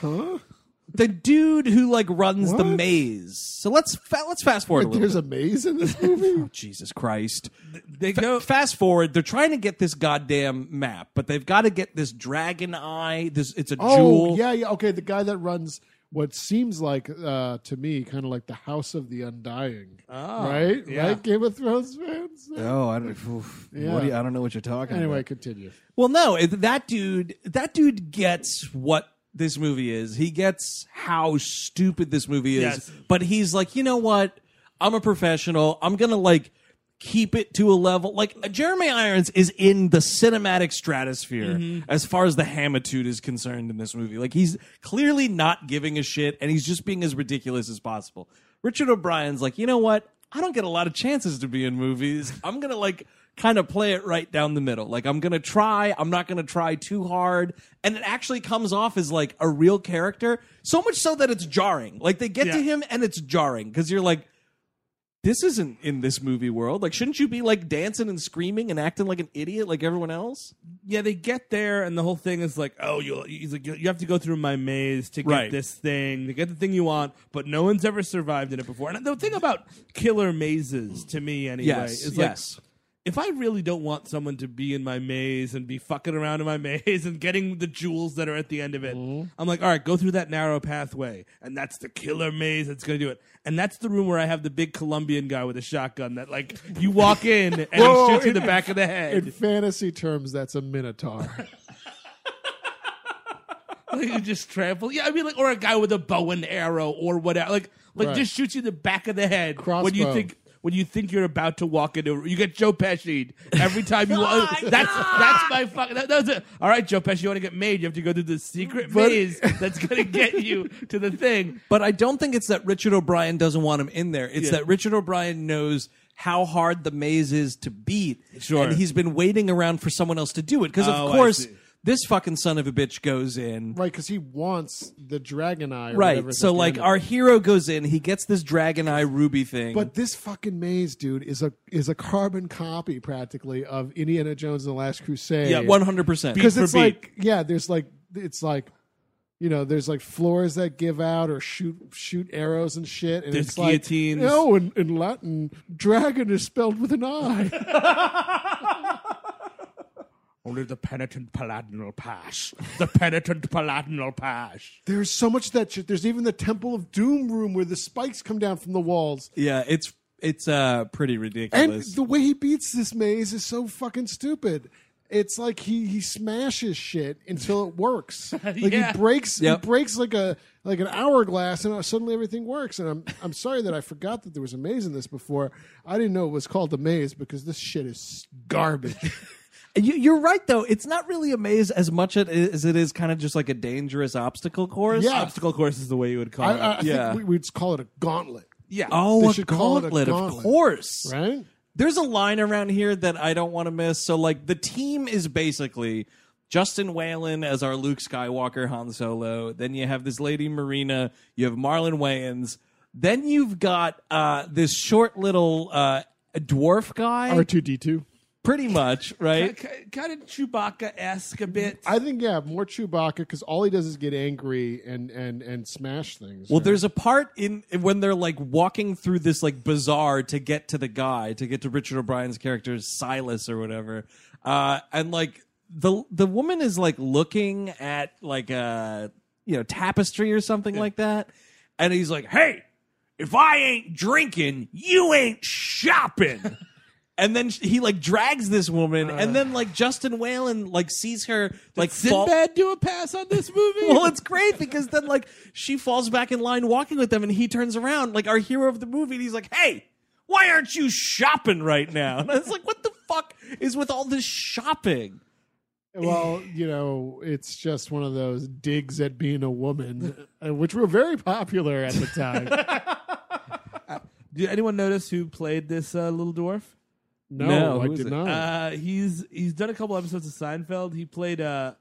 The dude who like runs the What? maze. So let's fa- let's fast forward. a little There's bit. Oh, a maze in this movie. Jesus Christ. They go. Fast forward, they're trying to get this goddamn map, but they've got to get this dragon eye. This it's a oh jewel. yeah, yeah. Okay, the guy that runs what seems like uh, to me kind of like the House of the Undying, right? yeah. Right, Game of Thrones fans. Oh, I don't. Oof, what do you, I don't know what you're talking Anyway, about. continue. Well, no, it- that dude, that dude gets what this movie is. He gets how stupid this movie is. Yes. But he's like, you know what? I'm a professional. I'm gonna like keep it to a level. Like Jeremy Irons is in the cinematic stratosphere as far as the hamitude is concerned in this movie. Like he's clearly not giving a shit, and he's just being as ridiculous as possible. Richard O'Brien's like, you know what? I don't get a lot of chances to be in movies. I'm gonna like kind of play it right down the middle. Like I'm gonna try, I'm not gonna try too hard. And it actually comes off as like a real character. So much so that it's jarring. Like they get to Yeah. him and it's jarring because you're like, this isn't in this movie world. Like, shouldn't you be like dancing and screaming and acting like an idiot like everyone else? Yeah, they get there, and the whole thing is like, oh, you. He's like, you you have to go through my maze to get Right. this thing, to get the thing you want, but no one's ever survived in it before. And the thing about killer mazes, to me, anyway, Yes, is like yes. if I really don't want someone to be in my maze and be fucking around in my maze and getting the jewels that are at the end of it, Mm-hmm. I'm like, all right, go through that narrow pathway, and that's the killer maze that's gonna do it. And that's the room where I have the big Colombian guy with a shotgun that, like, you walk in and he shoots you in the back of the In head. fantasy terms, that's a minotaur. like, you just trample. Yeah, I mean, like, or a guy with a bow and arrow or whatever. Like, like Right. just shoots you in the back of the head when you Crossbow. think. When you think you're about to walk into, you get Joe Pesci every time you. walk. that's that's my fucking. That, that was it. All right, Joe Pesci, you want to get made? You have to go through the secret maze that's gonna get you to the thing. But I don't think it's that Richard O'Brien doesn't want him in there. It's Yeah. that Richard O'Brien knows how hard the maze is to beat. Sure. And he's been waiting around for someone else to do it. Because, Oh, of I course, see. this fucking son of a bitch goes in. right, because he wants the dragon eye. Or whatever Right. it's So, at the like, end of it. our hero goes in. He gets this dragon eye ruby thing. But this fucking maze, dude, is a is a carbon copy practically of Indiana Jones and the Last Crusade. yeah, 100%. beat because for it's beat. like yeah, there's like it's like you know, there's like floors that give out or shoot shoot arrows and shit. And There's it's like, guillotines. No, in, in Latin, dragon is spelled with an I. Only the penitent Palatinal pass. The penitent Palatinal pass. there's so much of that shit. There's even the Temple of Doom room where the spikes come down from the walls. yeah, it's it's uh pretty And ridiculous. the way he beats this maze is so fucking stupid. It's like he he smashes shit until it works. Like Yeah. he breaks Yep. he breaks like a like an hourglass and suddenly everything works. And I'm I'm sorry that I forgot that there was a maze in this before. I didn't know it was called the maze because this shit is garbage. You, you're right, though. It's not really a maze as much it- as it is kind of just like a dangerous obstacle course. Yeah. Obstacle course is the way you would call I, it. I, I Yeah. think we, we'd call it a gauntlet, yeah. Oh, They a should call it a gauntlet, of gauntlet. course. right? There's a line around here that I don't want to miss. So, like, the team is basically Justin Whalen as our Luke Skywalker, Han Solo. Then you have this lady Marina. You have Marlon Wayans. Then you've got uh, this short little uh, dwarf guy, R two D two. pretty much, right? kind of Chewbacca esque a bit. I think yeah, more Chewbacca because all he does is get angry and and and smash things. Well, there's a part in when they're like walking through this like bazaar to get to the guy to get to Richard O'Brien's character Silas or whatever, uh, and like the the woman is like looking at like a you know tapestry or something like that, and he's like, "Hey, if I ain't drinking, you ain't shopping." And then sh- he like drags this woman, and then like Justin Whalen like sees her like fall- Sinbad do a pass on this movie? well, it's great because then like she falls back in line walking with them, and he turns around like our hero of the movie, and he's like, "Hey, why aren't you shopping right now?" And it's like, "What the fuck is with all this shopping?" Well, you know, it's just one of those digs at being a woman, uh, which were very popular at the time. Did anyone notice who played this uh, little dwarf? No, No, I who is did it? not. Uh, he's he's done a couple episodes of Seinfeld. He played uh,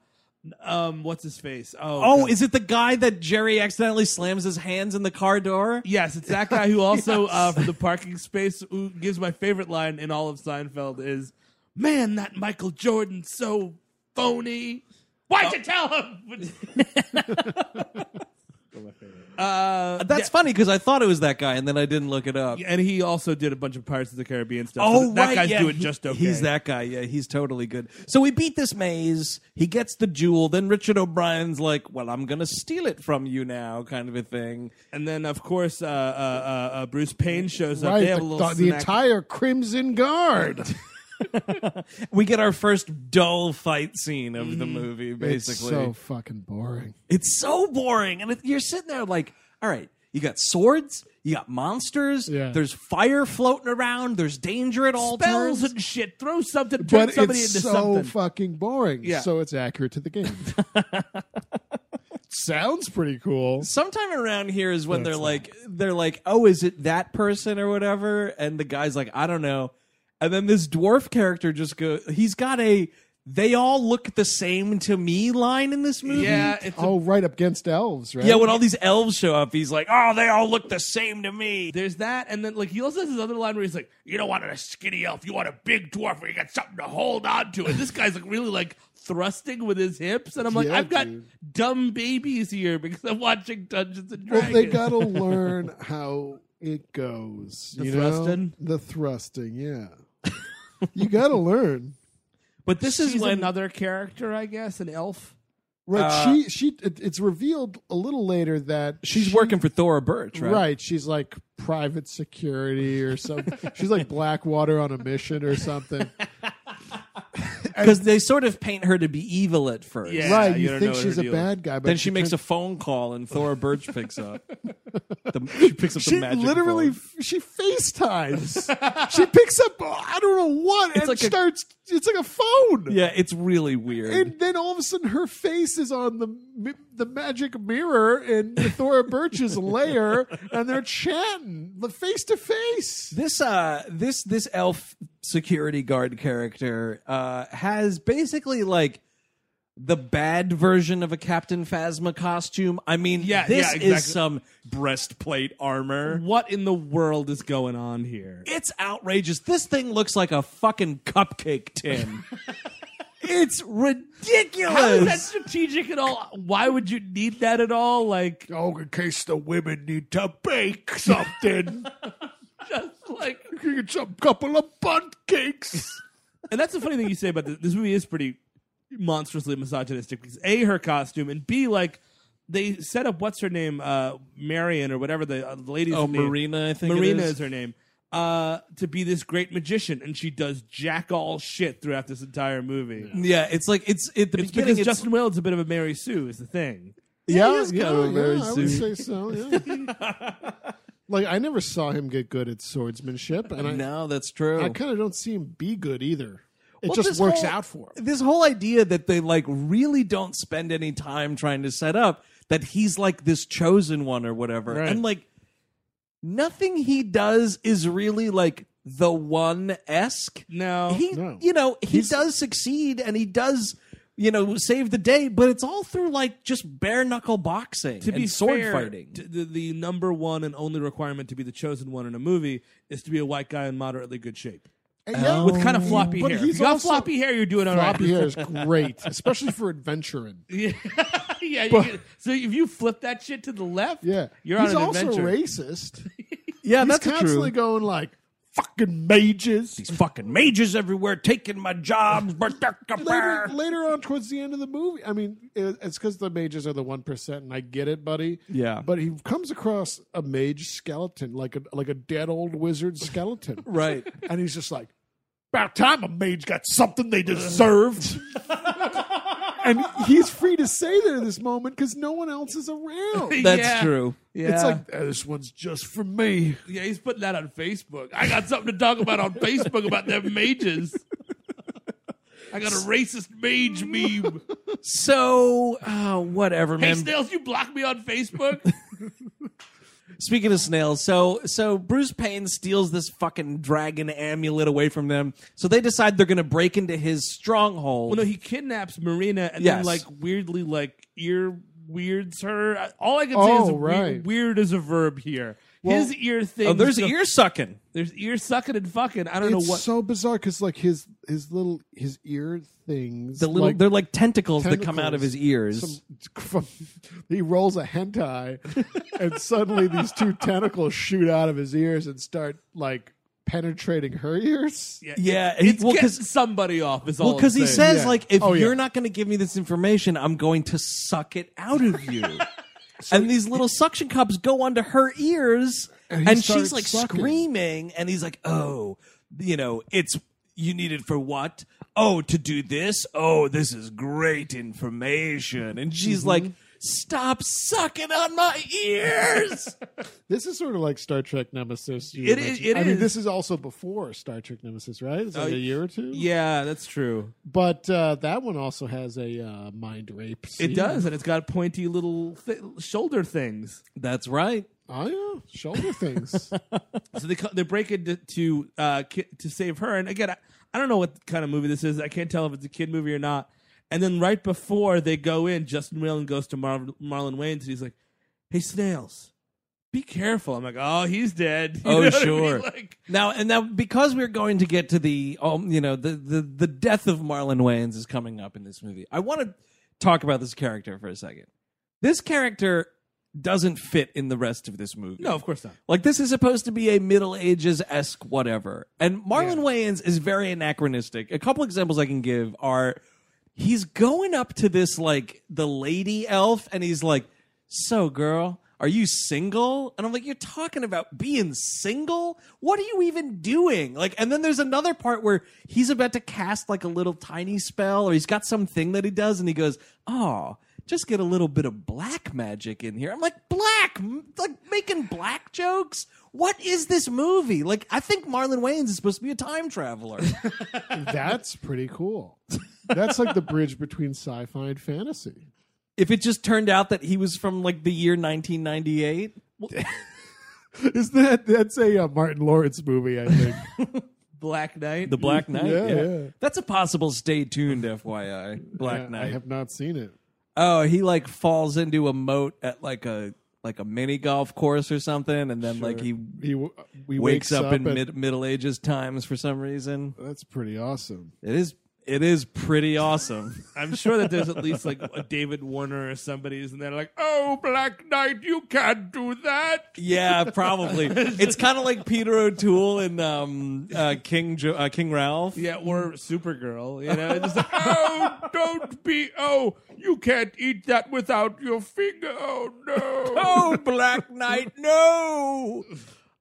um, what's his face? Oh, Oh, is it the guy that Jerry accidentally slams his hands in the car door? yes, it's that guy who also uh, from the parking space who gives my favorite line in all of Seinfeld is, "Man, that Michael Jordan's so phony." Why'd Oh. you tell him? uh, That's funny because I thought it was that guy, and then I didn't look it up. and he also did a bunch of Pirates of the Caribbean stuff. so Oh, th- that right, guy's yeah, doing he- just okay. He's that guy. Yeah, he's totally good. So we beat this maze. He gets the jewel. Then Richard O'Brien's like, "Well, I'm gonna steal it from you now," kind of a thing. And then, of course, uh, uh, uh, uh, Bruce Payne shows up. right, They have the, a little the- the snack. entire Crimson Guard. We get our first dull fight scene of the Mm-hmm. movie. Basically, It's so fucking boring. It's so boring. And if you're sitting there like, all right, you got swords, you got monsters, Yeah. there's fire floating around, there's danger at all spells turns. and shit. Throw something, turn But somebody it's into so something. fucking boring. Yeah. So it's accurate to the game. Sounds pretty cool. Sometime around here is when No, they're it's like, they're like, oh, is it that person or whatever? And the guy's like, I don't know. And then this dwarf character just goes, he's got a, they all look the same to me line in this movie. yeah, it's Oh, right up against elves, right? Yeah, when all these elves show up, he's like, oh, they all look the same to me. there's that, and then like he also has this other line where he's like, You don't want a skinny elf. You want a big dwarf where you got something to hold on to. "Dude," and this guy's like really like thrusting with his hips, and I'm like, Yeah, I've got dude. dumb babies here because I'm watching Dungeons and Well, Dragons. they gotta learn how it goes. The you thrusting? Know? The thrusting, yeah. You got to learn. But this She's is when another character, I guess, an elf. Right? Uh, she she. It, it's revealed a little later that She's she- working for Thora Birch, Right. right? She's like private security or something. She's like Blackwater on a mission or something. Because they sort of paint her to be evil at first. Yeah, right. you You, don't know think what she's her a deal is. bad guy, but Then she makes a phone call and Thora Birch picks up. The, she picks up the She magic. literally phone. she FaceTimes. she picks up uh, I don't know what and like a- starts. it's like a phone. Yeah, it's really weird. And then all of a sudden, her face is on the mi- the magic mirror in Thora Birch's lair, and they're chatting the face to face. this uh this this elf security guard character uh has basically like the bad version of a Captain Phasma costume. I mean, Yeah, this yeah, exactly. is some breastplate armor. What in the world is going on here? It's outrageous. This thing looks like a fucking cupcake tin. it's ridiculous. How is that strategic at all? Why would you need that at all? Like, Oh, in case the women need to bake something. like, Get some couple of bunt cakes. and that's the funny thing you say about this. This movie is pretty monstrously misogynistic because a her costume and b like they set up what's her name, uh, Marion or whatever the, uh, the lady's oh, name. Marina, I think it Marina is. is. her name. Uh, to be this great magician, and she does jack all shit throughout this entire movie. yeah, it's like it's at the It's beginning. because it's, Justin Wells is a bit of a Mary Sue, is the thing. Yeah, he is kind of a very I would say so. Yeah. like I never saw him get good at swordsmanship, and I no, that's true. I kind of don't see him be good either. It Well, just this works whole- out for him. This whole idea that they like really don't spend any time trying to set up that he's like this chosen one or whatever. And like nothing he does is really like the one esque. No. He No. you know, he does succeed and he does you know, save the day, but it's all through like just bare knuckle boxing to and be sword fair, fighting. t- the, the number one and only requirement to be the chosen one in a movie is to be a white guy in moderately good shape. Yeah, With Oh. kind of floppy but hair. he's If you got also- floppy hair, you're doing all right. floppy hair is great, especially for adventuring. Yeah, yeah. You get, so if you flip that shit to the left, Yeah, you're he's on an also adventure. racist. yeah, he's constantly going like fucking mages. These fucking mages everywhere taking my jobs. later, later on towards the end of the movie. I mean, it- it's because the mages are the one percent, and I get it, buddy. Yeah. But he comes across a mage skeleton, like a like a dead old wizard skeleton, right. and he's just like, About time a mage got something they deserved. and he's free to say that at this moment because no one else is around. That's Yeah. true. Yeah. It's like "Oh, "Eh, this one's just for me. Yeah, he's putting that on Facebook. I got something to talk about on Facebook about them mages. I got a racist mage meme. So uh, whatever, Hey, man. Snails, you block me on Facebook? Speaking of snails, so so Bruce Payne steals this fucking dragon amulet away from them. So they decide they're going to break into his stronghold. well, no, he kidnaps Marina and then Yes. like weirdly like ear weirds her. I- All I can say is Oh, we- right. weird is a verb here. His ear thing. oh, there's ear sucking. There's ear sucking and fucking. I don't it's know what. so bizarre because like his his little his ear things, The little like, they're like tentacles, that come out of his ears. Some- from- he rolls a hentai, and suddenly these two tentacles shoot out of his ears and start like penetrating her ears. yeah, he- It's well, getting because somebody off is all. well, I'm because he saying. says Yeah. like, if Oh, yeah. you're not going to give me this information, I'm going to suck it out of you. and these little suction cups go onto her ears, And and, he she's starts like sucking. screaming, and he's like, "Oh, you know, it's you need it for what? Oh, to do this. Oh, this is great information." And she's Mm-hmm. like, "Stop sucking on my ears." This is sort of like Star Trek Nemesis. you It is- mentioned. it I mean, is. this is also before Star Trek Nemesis, right? It's like a year or two. Yeah, that's true. But uh, that one also has a uh, mind rape. Scene. It does, and it's got pointy little th- shoulder things. That's right. Oh yeah, shoulder things. So they co- they break it to to, uh, ki- to save her. And again, I, I don't know what kind of movie this is. I can't tell if it's a kid movie or not. And then right before they go in, Justin Whalen goes to Mar- Marlon Wayans, and he's like, "Hey, snails, be careful." I'm like, "Oh, he's dead." You Oh, know what I mean? sure. Like, Now and now because we're going to get to the um, you know the, the the death of Marlon Wayans is coming up in this movie. I want to talk about this character for a second. This character doesn't fit in the rest of this movie. No, of course not. Like this is supposed to be a Middle Ages esque whatever. And Marlon Wayans is very anachronistic. A couple examples I can give are he's going up to this like the lady elf and he's like, So girl, are you single? And I'm like, You're talking about being single? What are you even doing? Like and then there's another part where he's about to cast like a little tiny spell or he's got something that he does and he goes, Oh, just get a little bit of black magic in here. I'm like, black, M- like making black jokes. What is this movie? Like, I think Marlon Wayans is supposed to be a time traveler. That's pretty cool. That's like the bridge between sci-fi and fantasy. if it just turned out that he was from like the year 1998, Is that that's a uh, Martin Lawrence movie? I think. Black Knight. The Black Knight. Yeah, yeah. that's a possible. Stay tuned, FYI. Black Yeah, I Knight. have not seen it. Oh, he like falls into a moat at like a like a mini golf course or something, and then like he He w- he wakes, up, in at- mid- Middle Ages times for some reason. That's pretty awesome. It is it is pretty awesome. I'm sure that there's at least like a David Warner or somebody's, and they're like, Oh, Black Knight, you can't do that. yeah, probably. It's kind of like Peter O'Toole and um, uh, King jo- uh, King Ralph. yeah, we're Supergirl. You know, just like, Oh, don't be. Oh, you can't eat that without your finger. Oh, no. Oh, Black Knight, no.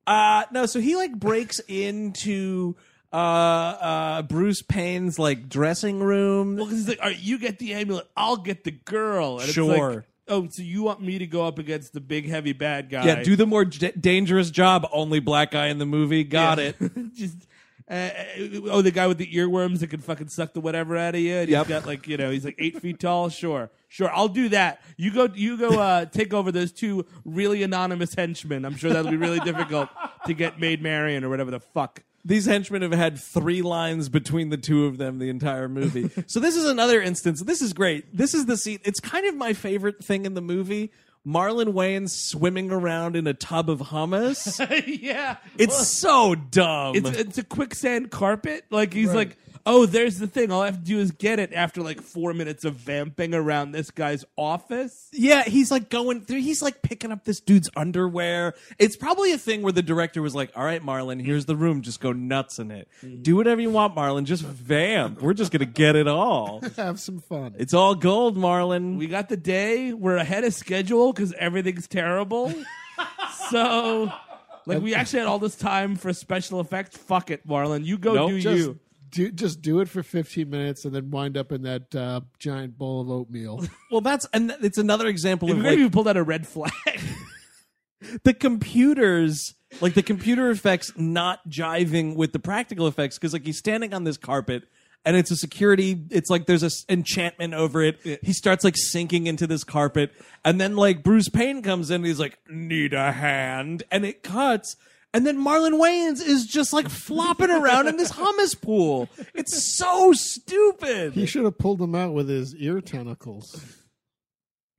Uh no, so he like breaks into uh uh Bruce Payne's like dressing room. well, 'cause he's like, all right, you get the amulet, I'll get the girl. And It's like, Sure. oh, so you want me to go up against the big heavy bad guy? yeah, do the more d- dangerous job. Only black guy in the movie. Got it. just uh, uh, oh, the guy with the earworms that can fucking suck the whatever out of you. And Yep. He's got like you know he's like eight feet tall. Sure, sure, I'll do that. You go, you go, uh, take over those two really anonymous henchmen. I'm sure that'll be really difficult to get Maid Marian or whatever the fuck. These henchmen have had three lines between the two of them the entire movie. so this is another instance. This is great. This is the scene. It's kind of my favorite thing in the movie. Marlon Wayans swimming around in a tub of hummus. yeah, It's so dumb. it's it's a quicksand carpet. Like he's like, oh, there's the thing. All I have to do is get it after like four minutes of vamping around this guy's office. yeah, he's like going through. He's like picking up this dude's underwear. It's probably a thing where the director was like, "All right, Marlon, here's the room. Just go nuts in it. Do whatever you want, Marlon. Just vamp. We're just gonna get it all. Have some fun. It's all gold, Marlon. We got the day. We're ahead of schedule because everything's terrible. so, like, we actually had all this time for special effects. Fuck it, Marlon. You go Nope, do just you. do just do it for 15 minutes and then wind up in that uh, giant bowl of oatmeal. Well, that's and th- it's another example of Maybe like, we pulled out a red flag. the computers like the computer effects not jiving with the practical effects because like he's standing on this carpet and it's a security it's like there's a s- enchantment over it he starts like sinking into this carpet and then like bruce payne comes in and he's like need a hand and it cuts and then marlon wayans is just like flopping around in this hummus pool it's so he stupid should have pulled them out with his ear tentacles.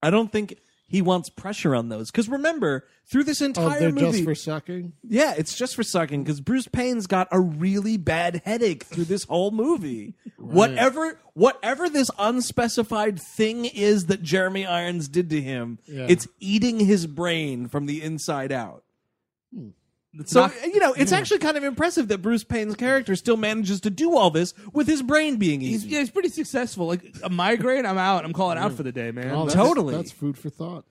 i don't think he wants pressure on those because remember through this Oh, entire they're movie just for sucking. Yeah, it's just for sucking because Bruce Payne's got a really bad headache through this whole movie. Whatever, whatever this unspecified thing is that Jeremy Irons did to him, Yeah. it's eating his brain from the inside out. So uh, you know, it's actually kind of impressive that Bruce Payne's character still manages to do all this with his brain being he's, eaten. yeah, he's pretty successful. Like, a migraine, I'm out. I'm calling out for the day, man. Oh, that's, Totally. That's food for thought.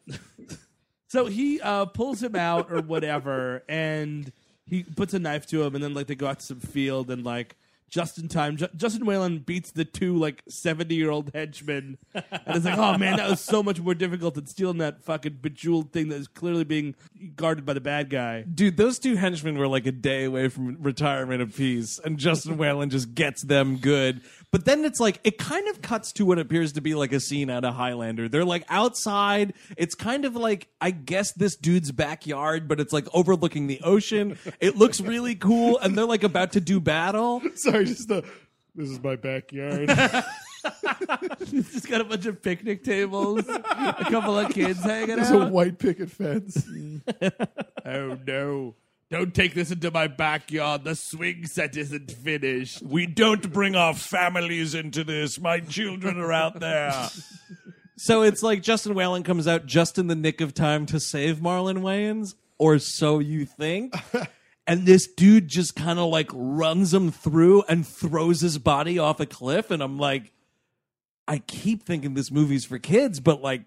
So he uh, pulls him out or whatever, and he puts a knife to him, and then like they go out to some field, and like just in time, Ju- Justin Whalen beats the two like seventy year old henchmen, and it's like, oh man, that was so much more difficult than stealing that fucking bejeweled thing that is clearly being guarded by the bad guy. Dude, those two henchmen were like a day away from retirement apiece, and Justin Whalen just gets them good. But then it's like it kind of cuts to what appears to be like a scene out of Highlander. They're like outside. It's kind of like I guess this dude's backyard, but it's like overlooking the ocean. It looks really cool, and they're like about to do battle. Sorry, just the. This is my backyard. He's just got a bunch of picnic tables, a couple of kids hanging There's a out. white picket fence. Oh no. Don't take this into my backyard. The swing set isn't finished. We don't bring our families into this. My children are out there. So it's like Justin Whalen comes out just in the nick of time to save Marlon Wayans, or so you think. And this dude just kind of like runs him through and throws his body off a cliff. And I'm like, I keep thinking this movie's for kids, but like,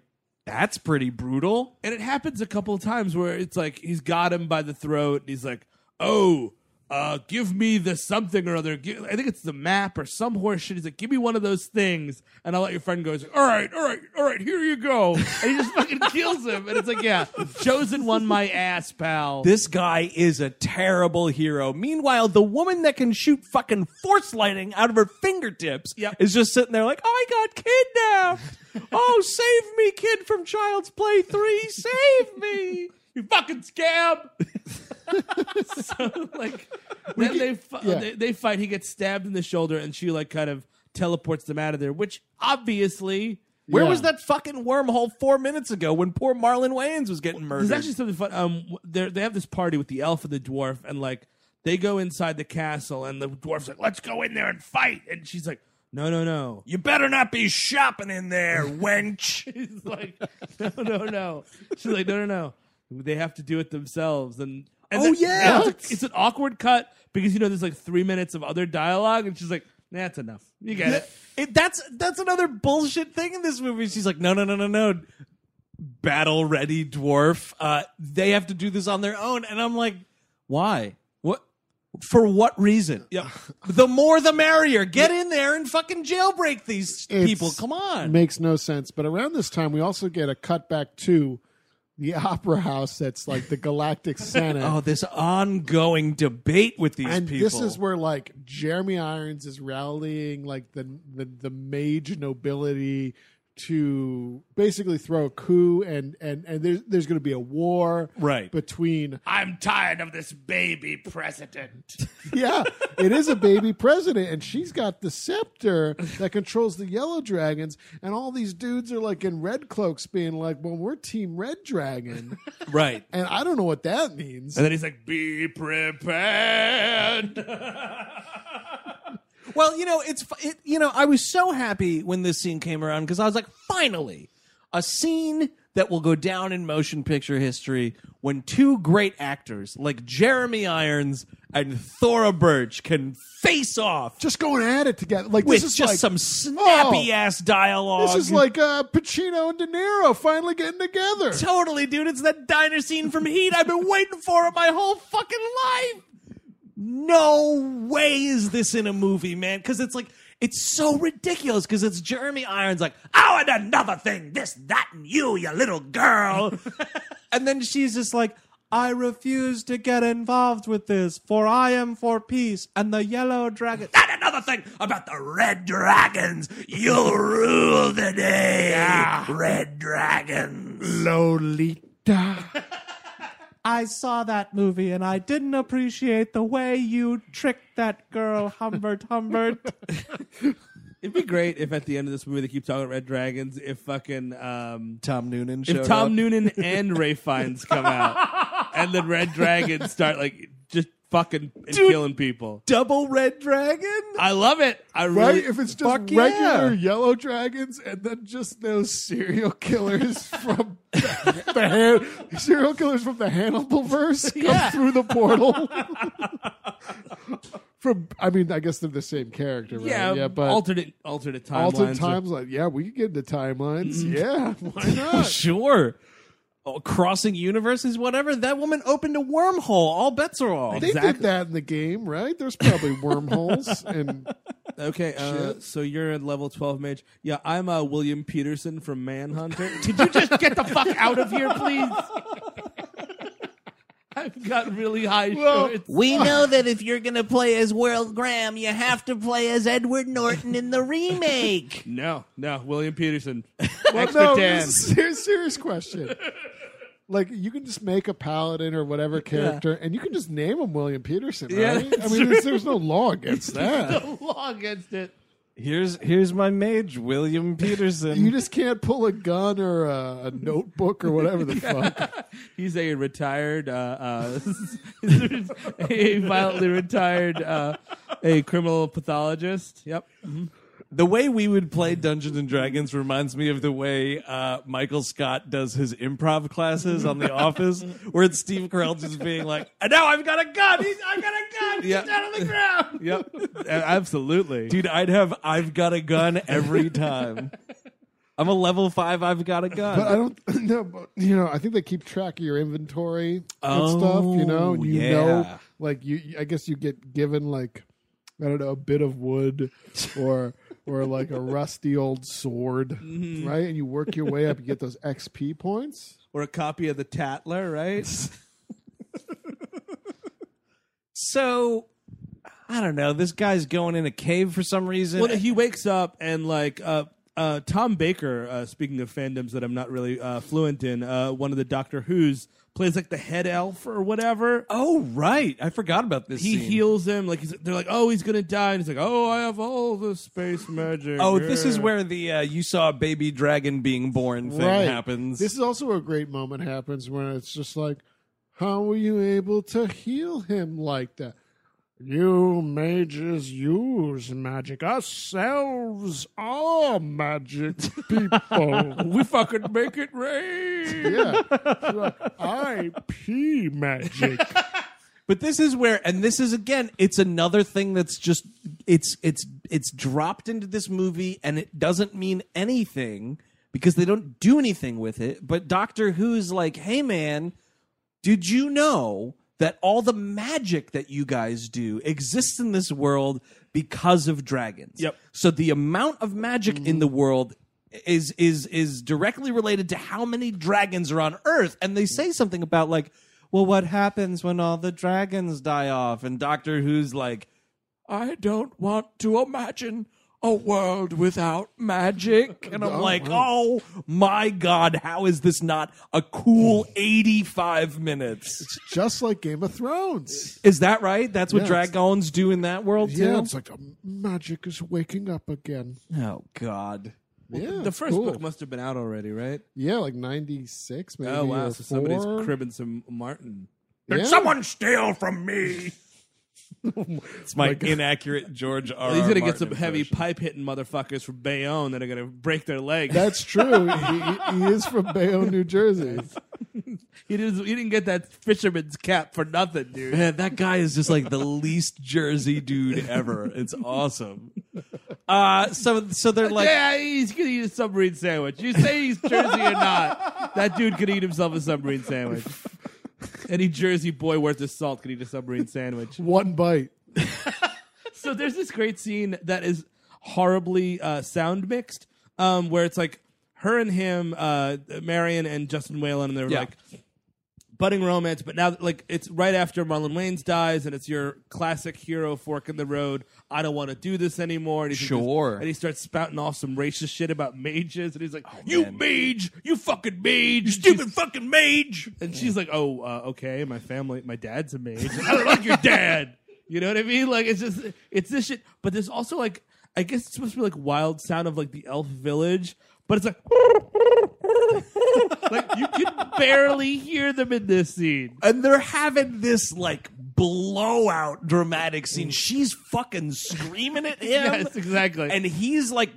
that's pretty brutal. and it happens a couple of times where it's like he's got him by the throat and he's like oh uh give me the something or other Gi- i think it's the map or some horse shit he's like give me one of those things and i'll let your friend go he's like all right all right all right here you go and he just fucking kills him and it's like yeah chosen one my ass pal This guy is a terrible hero. Meanwhile, the woman that can shoot fucking force lightning out of her fingertips Yep. is just sitting there like, I got kidnapped. oh, save me, kid from Child's Play 3. Save me. you fucking scab so like then they, fu- yeah. they they fight he gets stabbed in the shoulder and she like kind of teleports them out of there which obviously Where Yeah. was that fucking wormhole four minutes ago when poor Marlon Wayans was getting murdered? There's actually something fun. Um, they they have this party with the elf and the dwarf, and like they go inside the castle, and the dwarf's like, "Let's go in there and fight," and she's like, "No, no, no." you better not be shopping in there, wench. He's like, "No, no, no." She's like, "No, no, no." They have to do it themselves, and, and Oh, then- yeah. and it's, it's an awkward cut because you know there's like three minutes of other dialogue, and she's like, "Nah, "That's enough. You get it." It- that's that's another bullshit thing in this movie. She's like, no, no, no, no, no. Battle ready dwarf. Uh, they have to do this on their own, and I'm like, why? What? For what reason? Yeah. The more, the merrier. Get in there and fucking jailbreak these It's- people. Come on. makes no sense. But around this time, we also get a cutback to the opera house that's like the Galactic Senate. Oh, this ongoing debate with these and people. this is where like Jeremy Irons is rallying like the the, the mage nobility to basically throw a coup and and and there's there's going to be a war Right. between I'm tired of this baby president. yeah it is a baby president and she's got the scepter that controls the yellow dragons and all these dudes are like in red cloaks being like well we're team red dragon right. and i don't know what that means And then he's like, "Be prepared." Well, you know, it's it, you know, I was so happy when this scene came around because I was like, finally, a scene that will go down in motion picture history when two great actors like Jeremy Irons and Thora Birch can face off just going at it together like with this is just like, some snappy Oh. ass dialogue. This is like uh, Pacino and De Niro finally getting together. totally, dude. It's that diner scene from Heat I've been waiting for it my whole fucking life. No way is this in a movie, man. Because it's like it's so ridiculous. Because it's Jeremy Irons, like, oh, and another thing, this, that, and you, you little girl. and then she's just like. I refuse to get involved with this, for I am for peace and the yellow dragon. And another thing about the red dragons, you'll rule the day, red dragons. I saw that movie and I didn't appreciate the way you tricked that girl, Humbert Humbert. It'd be great if at the end of this movie they keep talking about red dragons. If fucking um, Tom Noonan showed if Tom up. Noonan and Ray Fiennes come out, and the Red Dragons start like just fucking and killing people, Double Red Dragon? I love it. I Right? really, If it's just Fuck regular yeah. yellow dragons and then just those serial killers from the, the Han- serial killers from the Hannibal verse come through the portal. from I mean, I guess they're the same character, right? yeah, but alternate alternate timelines. alternate are- times like yeah, we can get into timelines. Yeah, why not? Sure. Oh, crossing universes, whatever. That woman opened a wormhole. All bets are off. They did that in the game, right? There's probably wormholes and Okay, uh, so you're a level twelve mage. Yeah, I'm uh, William Peterson from Manhunter. Did you just get the fuck out of here, please? I've got really high shorts. We know that if you're going to play as World Graham, you have to play as Edward Norton in the remake. No, no, William Peterson. no, Expert Dan. this is a serious, serious question. Like you can just make a paladin or whatever character, and you can just name him William Peterson, right? Yeah, I that's mean, there's, there's no law against that. the law against it. Here's here's my mage, William Peterson. You just can't pull a gun or a, a notebook or whatever the fuck. He's a retired, uh, uh, a violently retired, uh, a criminal pathologist. Yep. The way we would play Dungeons and Dragons reminds me of the way uh, Michael Scott does his improv classes on The Office, where it's Steve Carell just being like, "And now I've got a gun. He's, I've got a gun. He's Yeah. down on the ground." Yep, absolutely. Dude, I'd have "I've got a gun" every time. I'm a level five. I've got a gun. But I don't know. but, You know, I think they keep track of your inventory and stuff. You know, and Oh, you know, yeah. like you. I guess you get given like I don't know a bit of wood or or like a rusty old sword, right? And you work your way up. You get those XP points. or a copy of the Tatler, right? so I don't know. This guy's going in a cave for some reason. well, he wakes up and like uh, uh, Tom Baker. Uh, speaking of fandoms that I'm not really uh, fluent in, uh, one of the Doctor Who's plays like the head elf or whatever. oh right, I forgot about this. He scene. heals him like he's, they're like, oh, he's gonna die, and he's like, oh, I have all the space magic. Oh, this is Yeah. where the uh, you saw a baby dragon being born thing Right. happens. This is also a great moment happens when it's just like, how were you able to heal him like that? You mages use magic. Ourselves are magic people. We fucking make it rain. yeah. It's like, I pee magic. but this is where, and this is again, it's another thing that's just it's it's it's dropped into this movie, and it doesn't mean anything because they don't do anything with it. But Doctor Who's like, hey man, did you know that all the magic that you guys do exists in this world because of dragons? Yep. So the amount of magic in the world is is is directly related to how many dragons are on Earth, and they say something about like, well, what happens when all the dragons die off? And Doctor Who's like, I don't want to imagine a world without magic. And I'm like, oh my god, how is this not a cool 85 minutes? just like Game of Thrones. Is that right? That's what Yeah, it's- dragons do in that world too. Yeah, it's like um, magic is waking up again. oh god. yeah, The it's first cool. book must have been out already, right? Yeah, like ninety six, maybe. Oh wow! or So somebody's four. cribbing some Martin. Did Yeah. someone steal from me? It's my inaccurate George R. He's R. gonna get Martin some heavy impression. pipe hitting motherfuckers from Bayonne that are gonna break their legs. That's true. he, he- he is from Bayonne, New Jersey. He didn't. He didn't get that fisherman's cap for nothing, dude. Man, that guy is just like the least Jersey dude ever. It's awesome. Uh, so so they're like, yeah, he's gonna eat a submarine sandwich. You say he's Jersey or not? That dude could eat himself a submarine sandwich. Any Jersey boy worth his salt could eat a submarine sandwich. One bite. So there's this great scene that is horribly uh, sound mixed, um, where it's like her and him, uh, Marion and Justin Whalen, and they're Yeah. like budding romance. But now, like it's right after Marlon Wayans dies, and it's your classic hero fork in the road. I don't want to do this anymore. And he's like this- Sure. and he starts spouting off some racist shit about mages, and he's like, "You mage, you fucking mage, you stupid fucking mage." And she's like, "Oh, uh, okay, my family, my dad's a mage. I don't like your dad." You know what I mean? Like it's just it's this shit. But there's also like I guess it's supposed to be like wild sound of like the elf village, but it's like like you can barely hear them in this scene. and they're having this like blowout dramatic scene. She's fucking screaming at him, Yes, exactly. and he's like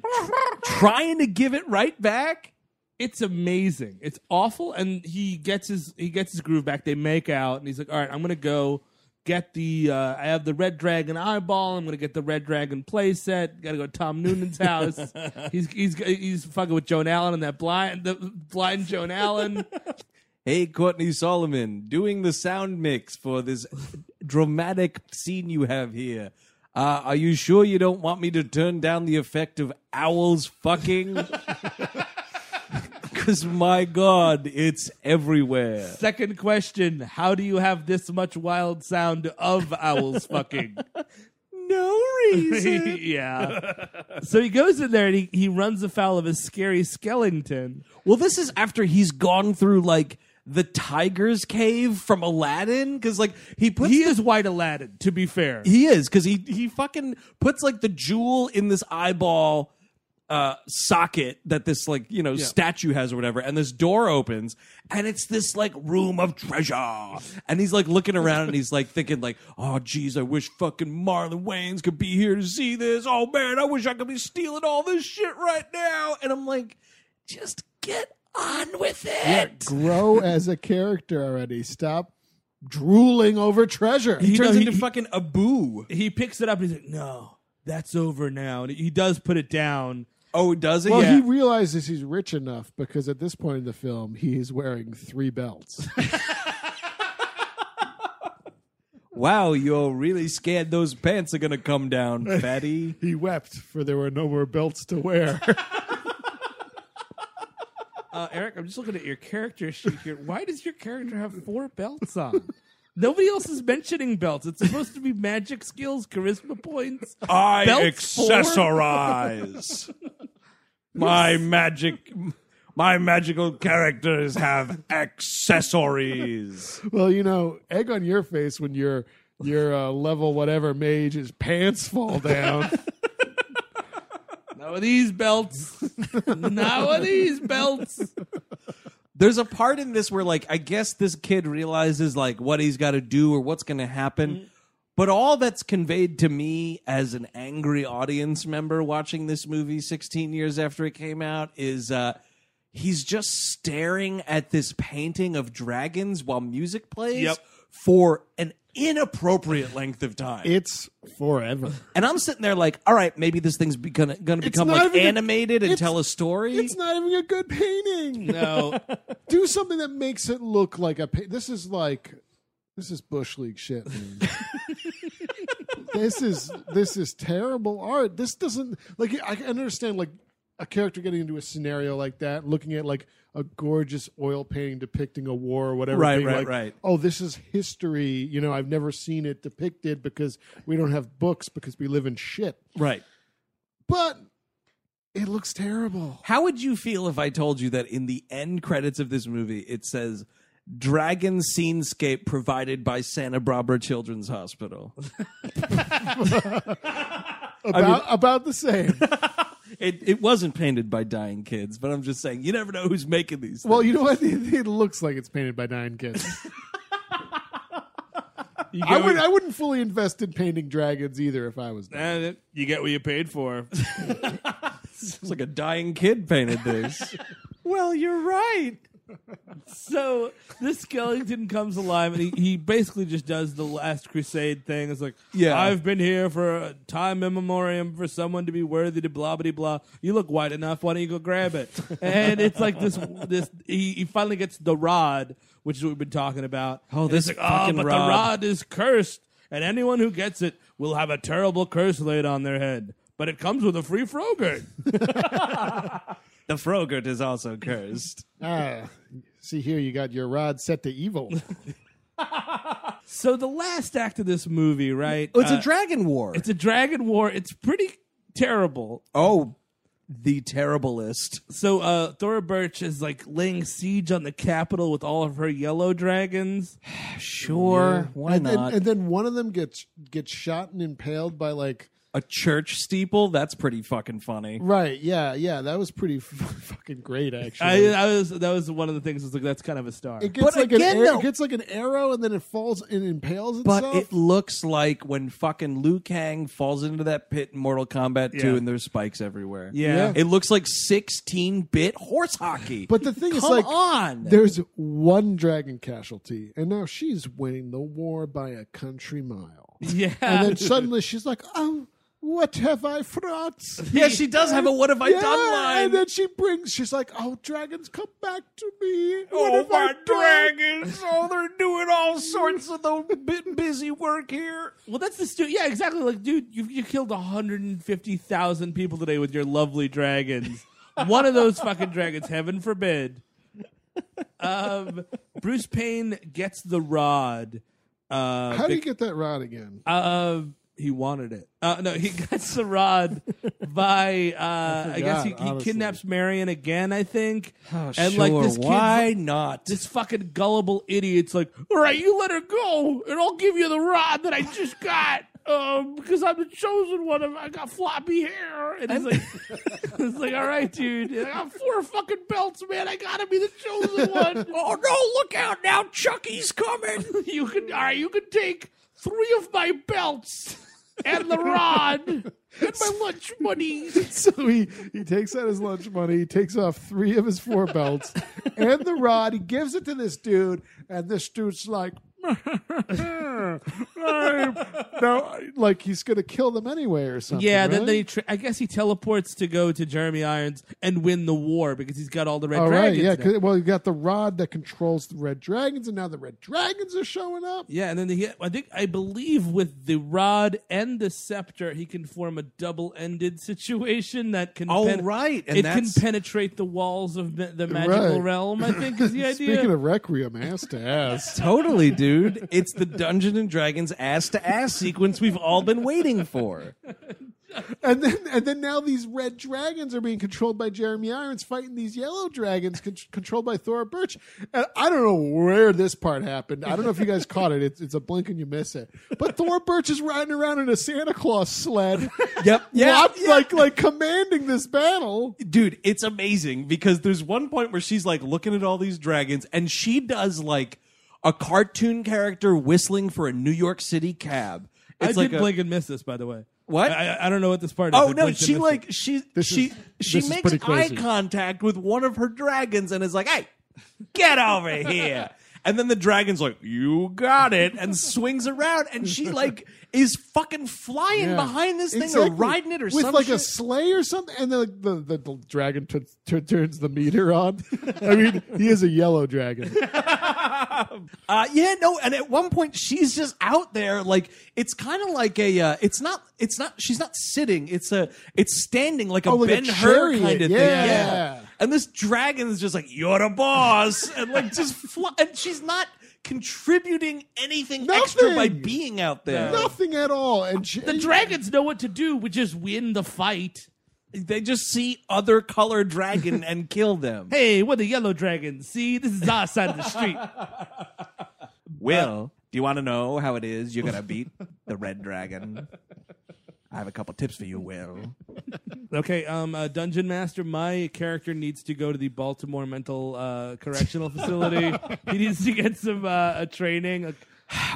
trying to give it right back. it's amazing. It's awful, and he gets his he gets his groove back. They make out, and he's like, "All right, I'm gonna go get the uh, I have the red dragon eyeball. I'm gonna get the red dragon play set. Gotta go to Tom Noonan's house. he's he's he's fucking with Joan Allen and that blind the blind Joan Allen. Hey, Courtney Solomon, doing the sound mix for this dramatic scene you have here. Uh, are you sure you don't want me to turn down the effect of owls fucking? Because my God, it's everywhere. Second question: How do you have this much wild sound of owls fucking? No reason. yeah. So he goes in there and he, he runs afoul of his scary Skellington. Well, this is after he's gone through like the tiger's cave from Aladdin because like he puts He the- is white Aladdin, to be fair. he is because he he fucking puts like the jewel in this eyeball. uh, socket that this like you know statue has or whatever, and this door opens, and it's this like room of treasure, and he's like looking around and he's like thinking like, oh geez, I wish fucking Marlon Wayans could be here to see this. Oh man, I wish I could be stealing all this shit right now. And I'm like, just get on with it. Grow as a character already. Stop drooling over treasure. He turns No, he- into fucking Abu. He picks it up. And he's like, "No, that's over now." And he does put it down. Oh, does it? Well, yeah. he realizes he's rich enough because at this point in the film, he is wearing three belts. wow, you're really scared those pants are gonna come down, fatty. he wept, for there were no more belts to wear. Uh, Eric, I'm just looking at your character sheet here. Why does your character have four belts on? Nobody else is mentioning belts. It's supposed to be magic skills, charisma points. I Belts for- accessorize. my magic my magical characters have accessories. well, you know, egg on your face when your your uh, level whatever mage's pants fall down. Now are these belts. now are these belts. There's a part in this where like I guess this kid realizes like what he's got to do or what's going to happen. But all that's conveyed to me as an angry audience member watching this movie 16 years after it came out is uh he's just staring at this painting of dragons while music plays Yep. for an inappropriate length of time. it's forever. And I'm sitting there like, all right, maybe this thing's be- gonna, gonna become not like even a- animated and it's- tell a story. It's not even a good painting. No, Do something that makes it look like a. Pa- this is like, this is bush league shit. Man. this is this is terrible art. This doesn't like. I can understand like a character getting into a scenario like that, looking at like a gorgeous oil painting depicting a war or whatever. Right, being right, like, right. Oh, this is history. You know, I've never seen it depicted because we don't have books because we live in shit. right. But it looks terrible. How would you feel if I told you that in the end credits of this movie it says Dragon scenescape provided by Santa Barbara Children's Hospital. About about the same. It it wasn't painted by dying kids, but I'm just saying you never know who's making these. Well, you know what? It, it looks like it's painted by nine kids. you I get, would. what, I wouldn't fully invest in painting dragons either if I was. Them. uh, you get what you paid for. things. It's like a dying kid painted this. well, you're right. So this skeleton comes alive, and he, he basically just does the last crusade thing. It's like, Yeah. I've been here for a time immemorium for someone to be worthy to blah blah blah. You look white enough. Why don't you go grab it? and it's like this. This he, he finally gets the rod, which is what we've been talking about. Oh, And this it's like, fucking oh, but rod." the rod is cursed, and anyone who gets it will have a terrible curse laid on their head. But it comes with a free frogurt. The Frogurt is also cursed. Ah, see here, you got your rod set to evil. so the last act of this movie, right? Oh, it's uh, a dragon war. It's a dragon war. It's pretty terrible. oh, the terriblest. So uh Thora Birch is like laying siege on the capital with all of her yellow dragons. Sure, why and, then, not? and then one of them gets gets shot and impaled by like. a church steeple? That's pretty fucking funny. Right. Yeah. Yeah. That was pretty f- fucking great, actually. I, I was that was one of the things. I was like, that's kind of a star. it gets uh, But like an again, arrow, though- it gets like an arrow, and then it falls and impales itself. But it looks like when fucking Liu Kang falls into that pit in Mortal Kombat 2 Yeah. and there's spikes everywhere. Yeah. It looks like 16 bit horse hockey. But the thing is, Come like, on. there's one dragon casualty, and now she's winning the war by a country mile. yeah, And then suddenly she's like, "Oh, what have I fraught?" yeah, she does have a what have I Yeah, done line. and then she brings. She's like, "Oh, dragons, come back to me! What oh, have I my done?" dragons. Oh, they're doing all sorts of the bit busy work here. well, that's the stu- yeah, exactly. Like, dude, you you killed 150,000 people today with your lovely dragons. one of those fucking dragons, heaven forbid. Um, Bruce Payne gets the rod. Uh, How do you get that rod again? Uh, he wanted it. Uh, no, he got the rod by. Uh, I, guess he, forgot, he honestly. kidnaps Marion again. I think. and like this kid's- why not? This fucking gullible idiot's like, all right, you let her go, and I'll give you the rod that I just got. um, because I'm the chosen one. I got floppy hair, and he's like, "It's like, all right, dude, I got four fucking belts, man. I gotta be the chosen one. oh no, look out now, Chucky's coming. you can, all right, you can take three of my belts and the rod and my lunch money. So he, he takes out his lunch money, he takes off three of his four belts and the rod, he gives it to this dude, and this dude's like, no, like he's gonna kill them anyway or something. Yeah, then right? they. Tra- I guess he teleports to go to Jeremy Irons and win the war because he's got all the red Oh, All right, dragons. yeah. now. 'cause- well, you got the rod that controls the red dragons, and now the red dragons are showing up. yeah, and then he, I think I believe with the rod and the scepter, he can form a double-ended situation that can. Oh, right, and it that's- can penetrate the walls of the, the magical Right. realm. I think is the idea. Speaking of Requiem, ass to ass. Totally, dude. It's the Dungeon and Dragons ass to ass sequence we've all been waiting for. And then, and then now these red dragons are being controlled by Jeremy Irons, fighting these yellow dragons con- controlled by Thora Birch. And I don't know where this part happened. I don't know if you guys caught it. It's, it's a blink and you miss it. But Thora Birch is riding around in a Santa Claus sled, Yep. lot- like like commanding this battle. dude, it's amazing because there's one point where she's like looking at all these dragons and she does like a cartoon character whistling for a New York City cab. I It's did like a- blink and miss this, by the way. What? I, I- I don't know what this part is. Oh I no, blinked and she missed it. like she she is- she this is makes pretty eye crazy. contact with one of her dragons and is like, "Hey, get over here." And then the dragon's like, "You got it," and swings around, and she like is fucking flying Yeah. behind this thing or Exactly. riding it or with some like a shit. sleigh or something, and then the the, the dragon t- t- turns the meter on. I mean, he is a yellow dragon. Uh, yeah, no, and at one point she's just out there, like it's kind of like a, uh, it's not, it's not, she's not sitting, it's a, it's standing like a Oh, like a Ben Hur chariot, kind of thing, yeah. And this dragon is just like, you're the boss, and like just, fly, and she's not contributing anything extra by Nothing. being out there. Nothing at all. And she, the dragons know what to do. We just win the fight. They just see other color dragon and kill them. Hey, we're the yellow dragons. See, this is our side of the street. uh, Will, do you want to know how it is you're gonna beat the red dragon? I have a couple tips for you, Will. Okay, um, uh, Dungeon Master, my character needs to go to the Baltimore Mental uh, Correctional Facility. he needs to get some uh, a training. A,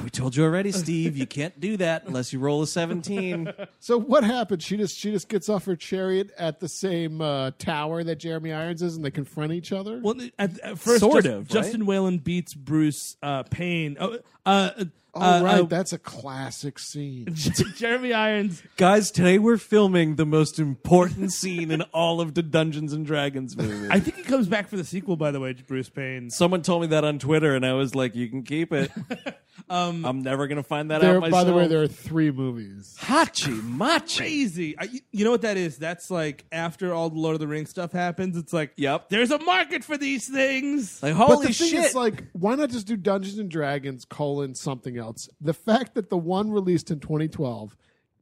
We told you already, Steve. You can't do that unless you roll a 17. so what happened? She just she just gets off her chariot at the same uh, tower that Jeremy Irons is, and they confront each other. well, at, at first, Sort Jus- of, right? Justin Whalen beats Bruce uh, Payne. Oh, uh, uh, oh, uh, right, uh, that's a classic scene. Jeremy Irons. Guys, today we're filming the most important scene in all of the Dungeons and Dragons movie. I think he comes back for the sequel, by the way, Bruce Payne. Someone told me that on Twitter, and I was like, "You can keep it." I'm never gonna find that There, out myself. by the way, there are three movies. hachi machi. Crazy. I, you- you know what that is? That's like after all the Lord of the Rings stuff happens, it's like, Yep. there's a market for these things. Like But holy the thing shit! is, like, why not just do Dungeons and Dragons colon something else? The fact that the one released in 2012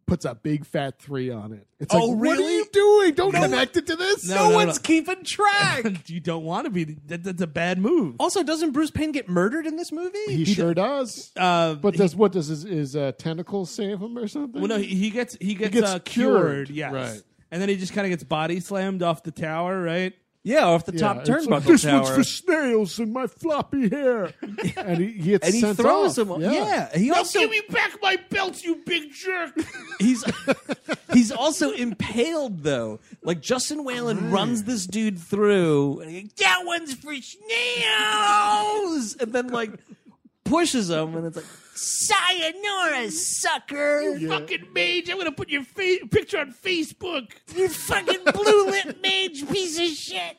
puts a big fat three on it. It's Oh, like, what are really? you doing? Don't connect it to this. no, one's keeping track. you don't want to be. That, that's a bad move. also, doesn't Bruce Payne get murdered in this movie? He sure does. Uh, But does what does his, his uh, tentacles save him or something? Well, no, he, he gets he gets, gets uh, cured, cured, yes, right. and then he just kind of gets body slammed off the tower, right? yeah, off the Yeah, top it's like, turnbuckle this tower. one's for snails and my floppy hair. and he, he gets and he sent throws off. him. Yeah, he also Give me back my belt, you big jerk! He's he's also impaled though. Like Justin Whalen runs this dude through, and he, that one's for snails, and then like pushes him, and it's like sayonara, sucker. Fucking mage! I'm gonna put your fa- picture on Facebook. You fucking blue lip mage piece of shit.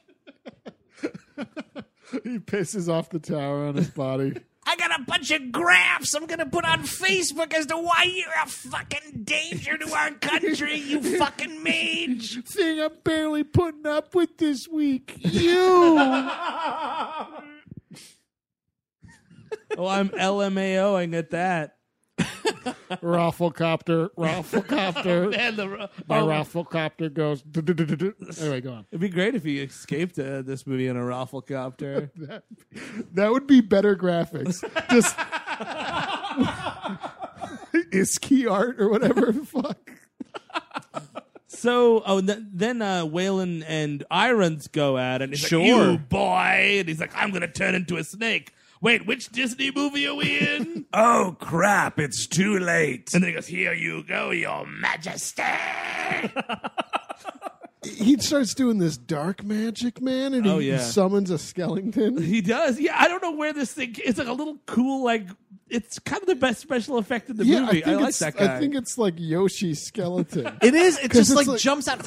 He pisses off the tower on his body. I got a bunch of graphs I'm gonna put on Facebook as to why you're a fucking danger to our country, you fucking mage. Thing I'm barely putting up with this week. You. Oh, I'm LMAOing at that. Rafflecopter. Rafflecopter. And the, My oh, rafflecopter goes. Anyway, go on. it'd be great if he escaped uh, this movie in a rafflecopter. That would be better graphics. Just Iski art or whatever. the Fuck. So, oh, th- then uh, Waylon and Irons go at it. And he's Sure. like, you boy. And he's like, I'm going to turn into a snake. Wait, which Disney movie are we in? Oh crap! It's too late. and then he goes, Here you go, Your Majesty. He starts doing this dark magic, man, and he Oh, yeah. summons a skeleton. He does. Yeah, I don't know where this thing. It's like a little cool, like, it's kind of the best special effect in the Yeah, movie. I, I, think like it's, that guy. I think it's like Yoshi's skeleton. It is. It just it's like, like- jumps out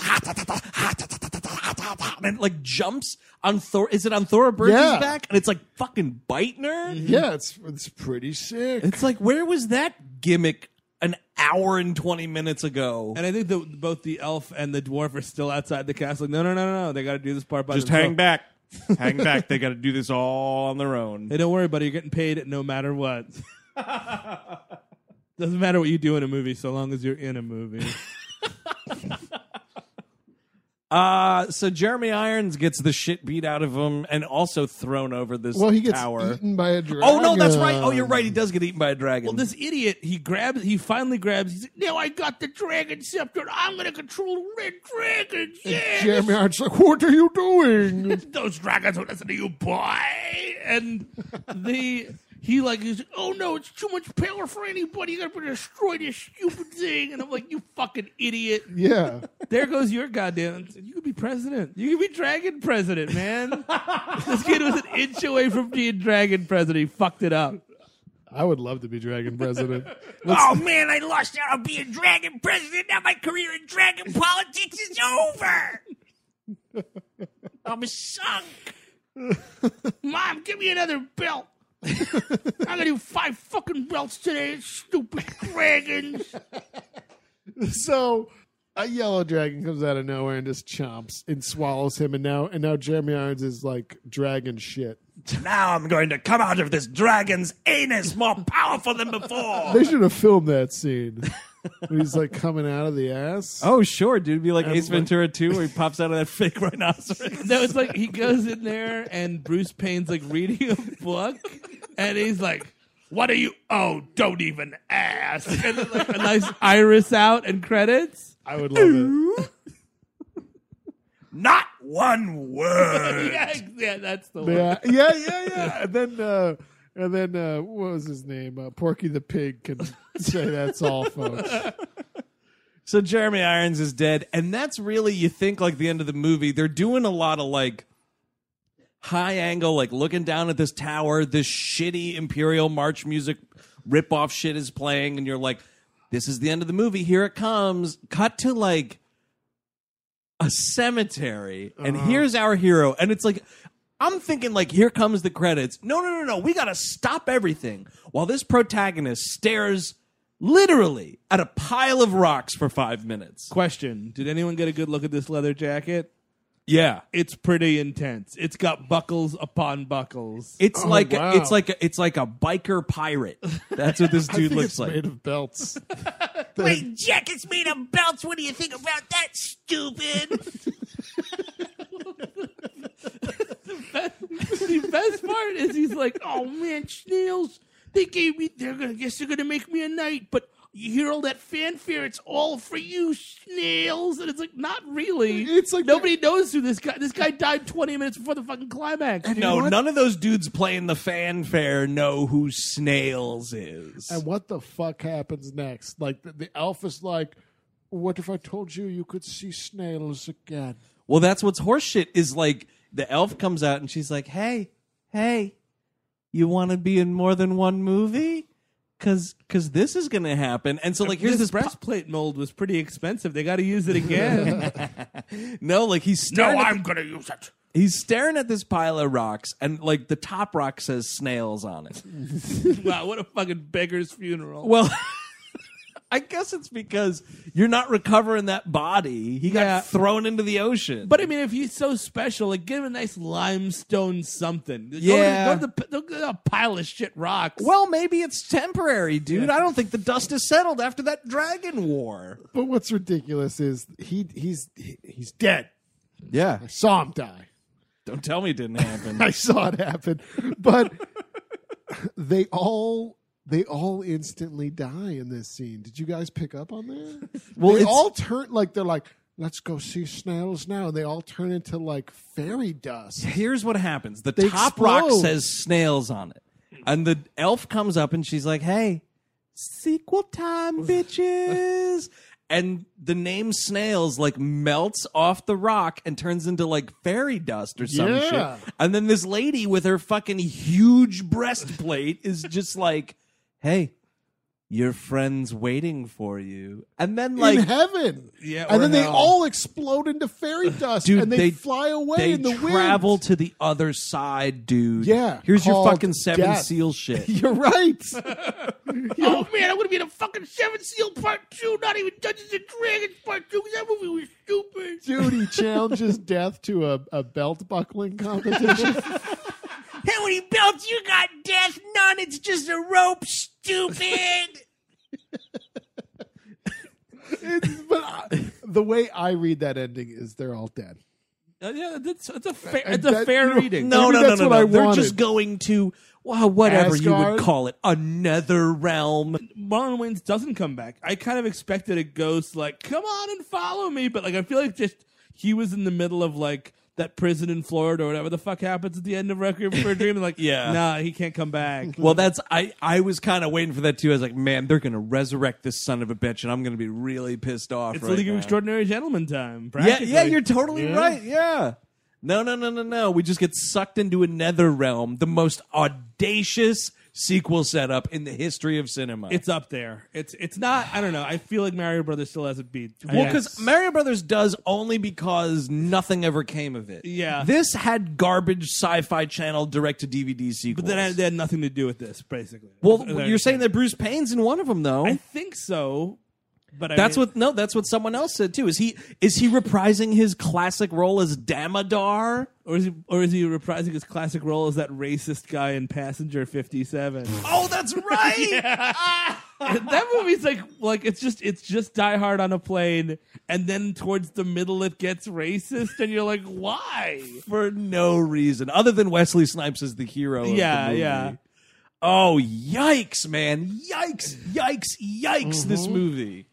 and it, like jumps on Thor. Is it on Thor Burgess Yeah. Mm-hmm. back? And it's like fucking biting her. yeah, it's it's pretty sick. It's like where was that gimmick an hour and twenty minutes ago? and I think the, both the elf and the dwarf are still outside the castle. Like, no, no, no, no, no. They got to do this part by Just themselves. hang back. hang back. They got to do this all on their own. Hey, don't worry, buddy. You're getting paid no matter what. Doesn't matter what you do in a movie, so long as you're in a movie. Uh, so Jeremy Irons gets the shit beat out of him and also thrown over this well, he gets tower. eaten by a dragon. Oh no, that's right. Oh, you're right. He does get eaten by a dragon. well, this idiot, he grabs, he finally grabs. He's like, "Now I got the dragon scepter. and I'm gonna control the red dragons." Yeah, Jeremy Irons like, what are you doing? those dragons will listen to you, boy. And the he like is oh no, it's too much power for anybody. You gotta destroy this stupid thing. And I'm like, you fucking idiot. yeah, There goes your goddamn. You could be president. You could be dragon president, man. this kid was an inch away from being dragon president. He fucked it up. I would love to be dragon president. Oh man, I lost out on being dragon president. Now my career in dragon politics is over. I'm sunk. Mom, give me another belt. I'm gonna do five fucking belts today. Stupid dragons. so a yellow dragon comes out of nowhere and just chomps and swallows him, and now and now Jeremy Irons is like dragon shit. Now I'm going to come out of this dragon's anus more powerful than before. They should have filmed that scene. when he's like coming out of the ass. oh sure, dude. It'd Be like Ace like- Ventura Two, where he pops out of that fake rhinoceros. No, it's like he goes in there and Bruce Payne's like reading a book, and he's like, "What are you? Oh, don't even ask." And then like a nice iris out and credits. I would love it. Not one word. Yeah, yeah, that's the one. Yeah, yeah, yeah, yeah. And then, uh, and then, uh, what was his name? Uh, Porky the Pig can say that's all, folks. So Jeremy Irons is dead, and that's really you think like the end of the movie. They're doing a lot of like high angle, like looking down at this tower. This shitty Imperial March music ripoff shit is playing, and you're like, "This is the end of the movie. Here it comes." Cut to like a cemetery, and Uh-huh. here's our hero, and it's like. I'm thinking like here comes the credits. No, no, no, no. We got to stop everything while this protagonist stares literally at a pile of rocks for 5 minutes. Question: Did anyone get a good look at this leather jacket? Yeah. It's pretty intense. It's got buckles upon buckles. It's like Oh, wow. a, it's like a, it's like a biker pirate. That's what this I dude think looks it's like. made of belts. Wait, jackets made of belts. What do you think about that, stupid? the best part is he's like, "Oh man, snails! They gave me. They're gonna guess they're gonna make me a knight, but." You hear all that fanfare? It's all for you, snails, and it's like not really. It's like- nobody knows who this guy. This guy died twenty minutes before the fucking climax. no, none of those dudes playing the fanfare know who Snails is. And what the fuck happens next? Like the, the elf is like, "What if I told you you could see snails again?" Well, that's what's horseshit is like the elf comes out and she's like, "Hey, hey, you want to be in more than one movie? Cuz cuz this is going to happen." And so like here's this, pu- breastplate mold was pretty expensive. They got to use it again. No, like he's staring at gonna use it. He's staring at this pile of rocks, and like the top rock says snails on it. wow, what a fucking beggar's funeral. Well, I guess it's because you're not recovering that body. He Yeah. got thrown into the ocean. But I mean, if he's so special, like give him a nice limestone something. Go to- Yeah. go to the- don't go to a pile of shit rocks. well, maybe it's temporary, dude. I don't think the dust has settled after that dragon war. But what's ridiculous is he he's he- he's dead. Yeah. I saw him die. Don't tell me it didn't happen. I saw it happen. But they all they all instantly die in this scene. Did you guys pick up on that? Well, they it's- all turn like they're like, let's go see snails now. And they all turn into like fairy dust. Here's what happens. The They top rock explode. says snails on it. And the elf comes up and she's like, hey, sequel time, bitches. and the name snails like melts off the rock and turns into like fairy dust or some Yeah. shit. And then this lady with her fucking huge breastplate is just like, hey, your friend's waiting for you. And then like in heaven. Yeah, or and then they hell. all explode into fairy dust Dude, and they, they- fly away they in the wind. travel to the other side, dude. Yeah, Here's your called fucking seven death. seal shit. You're right. Oh man, I would have been a fucking Seven Seal Part Two, not even Dungeons and Dragons Part Two. 'cause That movie was stupid. Dude, he challenges death to a, a belt buckling competition. How many belts you got, Death? None. It's just a rope. Stupid. It's- but I- the way I read that ending is they're all dead. Uh, yeah, that's it's a fair And it's a that- fair you know- reading. No, Maybe no, no, that's no, what no. I They're just wanted. going to well, whatever you would Asgard? call it, another realm. Marlon Wayans doesn't come back. I kind of expected a ghost like, come on and follow me, but like I feel like just he was in the middle of like that prison in Florida or whatever the fuck happens at the end of Requiem for a Dream, and like, Yeah. nah, he can't come back. Well, that's I. I was kind of waiting for that too. I was like, man, they're gonna resurrect this son of a bitch, and I'm gonna be really pissed off. it's right League of now. Extraordinary Gentlemen time. Yeah, yeah, practically. you're totally right. Yeah. No, no, no, no, no. We just get sucked into another realm, the most audacious sequel setup in the history of cinema. It's up there. It's it's not. I don't know. I feel like Mario Brothers still has it beat. Well, because Mario Brothers does only because nothing ever came of it. Yeah. This had garbage sci fi channel direct to DVD sequels. but that had, that had nothing to do with this, basically. well, As I you're understand saying that Bruce Payne's in one of them, though. it. I think so, but I that's mean- what no. That's what someone else said too. Is he is he reprising his classic role as Damodar? Or is he or is he reprising his classic role as that racist guy in Passenger 57? Oh, that's right. that movie's like like it's just it's just Die Hard on a plane and then towards the middle it gets racist and you're like why? for no reason other than Wesley Snipes is the hero. of the Yeah, movie. yeah. Oh, yikes, man! Yikes, yikes, yikes! This movie.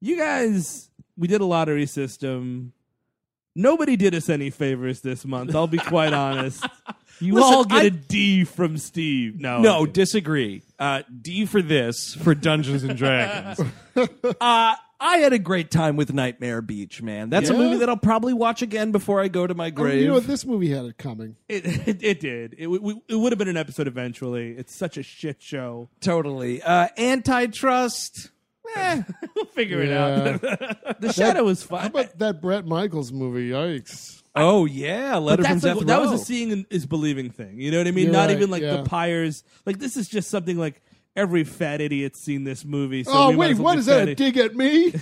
You guys we did a lottery system. Nobody did us any favors this month. I'll be quite honest. You Listen, all get I- a D from Steve. No. No, disagree. Uh, D for this for Dungeons and Dragons. uh, I had a great time with Nightmare Beach, man. That's a Yeah? movie that I'll probably watch again before I go to my I mean, grave. you know what? This movie had it coming. It, it, it did. It, w- w- it would have been an episode eventually. It's such a shit show. totally. Uh, antitrust. Eh. We'll figure Yeah. it out. the Shadow was fun. How about that Brett Michaels movie? Yikes. Oh yeah, letter from That's Death like- that was Row. a seeing and- is believing thing. You know what I mean? You're Not right, even like yeah. the pyres. Like this is just something like every fat idiot's seen this movie. So oh, we might wait, as well what do is that? fat A idi- dig at me?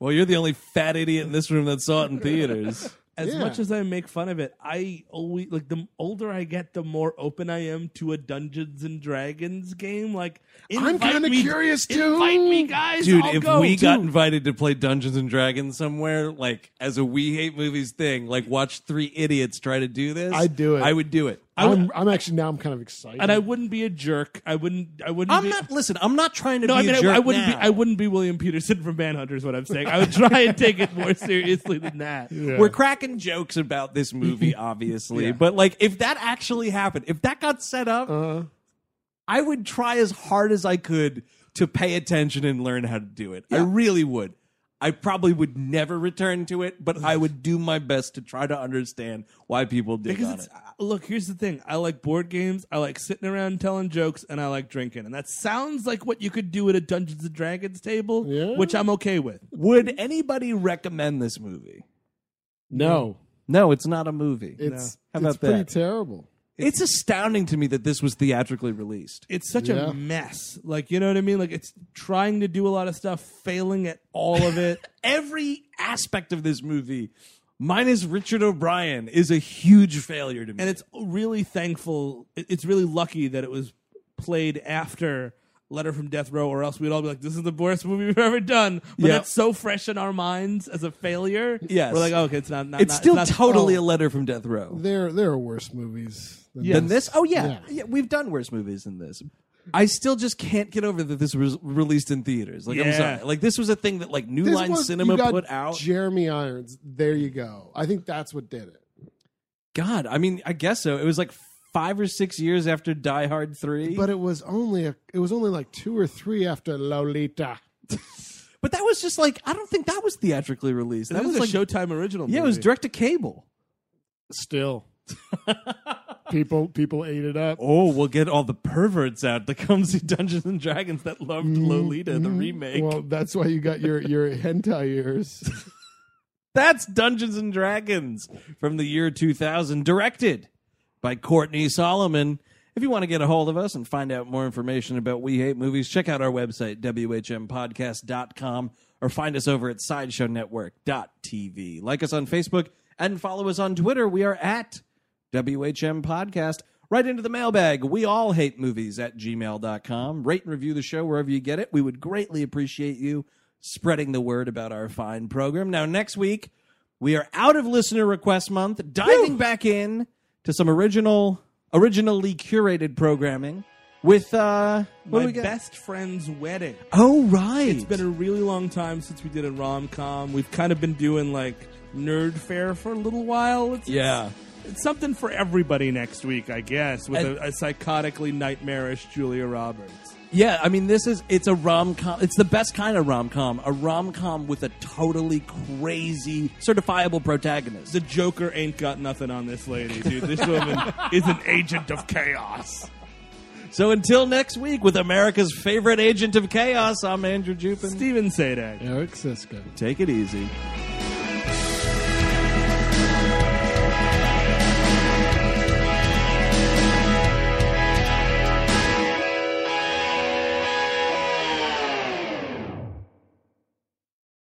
Well, you're the only fat idiot in this room that saw it in theaters. As Yeah. much as I make fun of it, I always like the older I get, the more open I am to a Dungeons and Dragons game. Like I'm invite kind of me- curious, too. Invite me, guys. Dude, I'll if go, we too. got invited to play Dungeons and Dragons somewhere, like as a we hate movies thing, like watch three idiots try to do this, I'd do it. I would do it. I, I'm, I'm actually now I'm kind of excited. and I wouldn't be a jerk. I wouldn't. I wouldn't. am be, not. Listen, I'm not trying to No, be I mean, a I, jerk I wouldn't now. be. I wouldn't be William Peterson from Manhunter. Is what I'm saying. I would try and take it more seriously than that. We're cracking jokes about this movie, obviously, but like if that actually happened, if that got set up, Uh. Uh-huh. I would try as hard as I could to pay attention and learn how to do it. I really would. I probably would never return to it, but I would do my best to try to understand why people did Because on it's it. uh, look. Here's the thing. I like board games. I like sitting around telling jokes, and I like drinking. And that sounds like what you could do at a Dungeons and Dragons table, Yeah. which I'm okay with. Would anybody recommend this movie? no, No, it's not a movie. it's How about it's pretty that? terrible. it's astounding to me that this was theatrically released. It's such Yeah. a mess. Like you know what I mean. Like it's trying to do a lot of stuff, failing at all of it. Every aspect of this movie, minus Richard O'Brien, is a huge failure to me. and it's really thankful it- it's really lucky that it was played after letter from death row or else we'd all be like this is the worst movie we've ever done but Yeah. that's so fresh in our minds as a failure Yes. we're like okay it's not, not It's not- still not- totally oh. a letter from Death Row. There, there are worse movies. Than Than this? Oh yeah. Yeah. yeah, we've done worse movies than this. I still just can't get over that this was released in theaters. Like I'm Yeah. sorry. Like this was a thing that like New This Line was- Cinema you got put out. Jeremy Irons. There you go. I think that's what did it. God, I mean, I guess so. It was like five or six years after Die Hard Three. But it was only a, it was only like two or three after Lolita. But that was just like I don't think that was theatrically released. That That was, was like a Showtime original. yeah, it was movie. direct to cable. Still, people people ate it up. Oh, we'll get all the perverts out that come see Dungeons and Dragons that loved Lolita, the remake. Well, that's why you got your your hentai ears. That's Dungeons and Dragons from the year 2000, directed by Courtney Solomon. If you want to get a hold of us and find out more information about We Hate Movies, check out our website, WHMPodcast.com, or find us over at SideshowNetwork.tv. Like us on Facebook and follow us on Twitter. We are at WHM Podcast. Right into the mailbag. We all hate movies at gmail.com. Rate and review the show wherever you get it. We would greatly appreciate you spreading the word about our fine program. Now, next week, we are out of listener request month, diving back in to some original, originally curated programming with, uh, what do my we got? best friend's wedding. Oh, right. It's been a really long time since we did a rom com. We've kind of been doing like nerd fair for a little while. It's, yeah. it's, it's something for everybody next week, I guess, with And- a, a psychotically nightmarish Julia Roberts. Yeah, I mean, this is it's a rom com. It's the best kind of rom com. A rom com with a totally crazy, certifiable protagonist. The Joker ain't got nothing on this lady, dude. This woman is an agent of chaos. So until next week, with America's favorite agent of chaos, I'm Andrew Jupin. Steven Sadak. Eric Sisko. Take it easy. Thank you.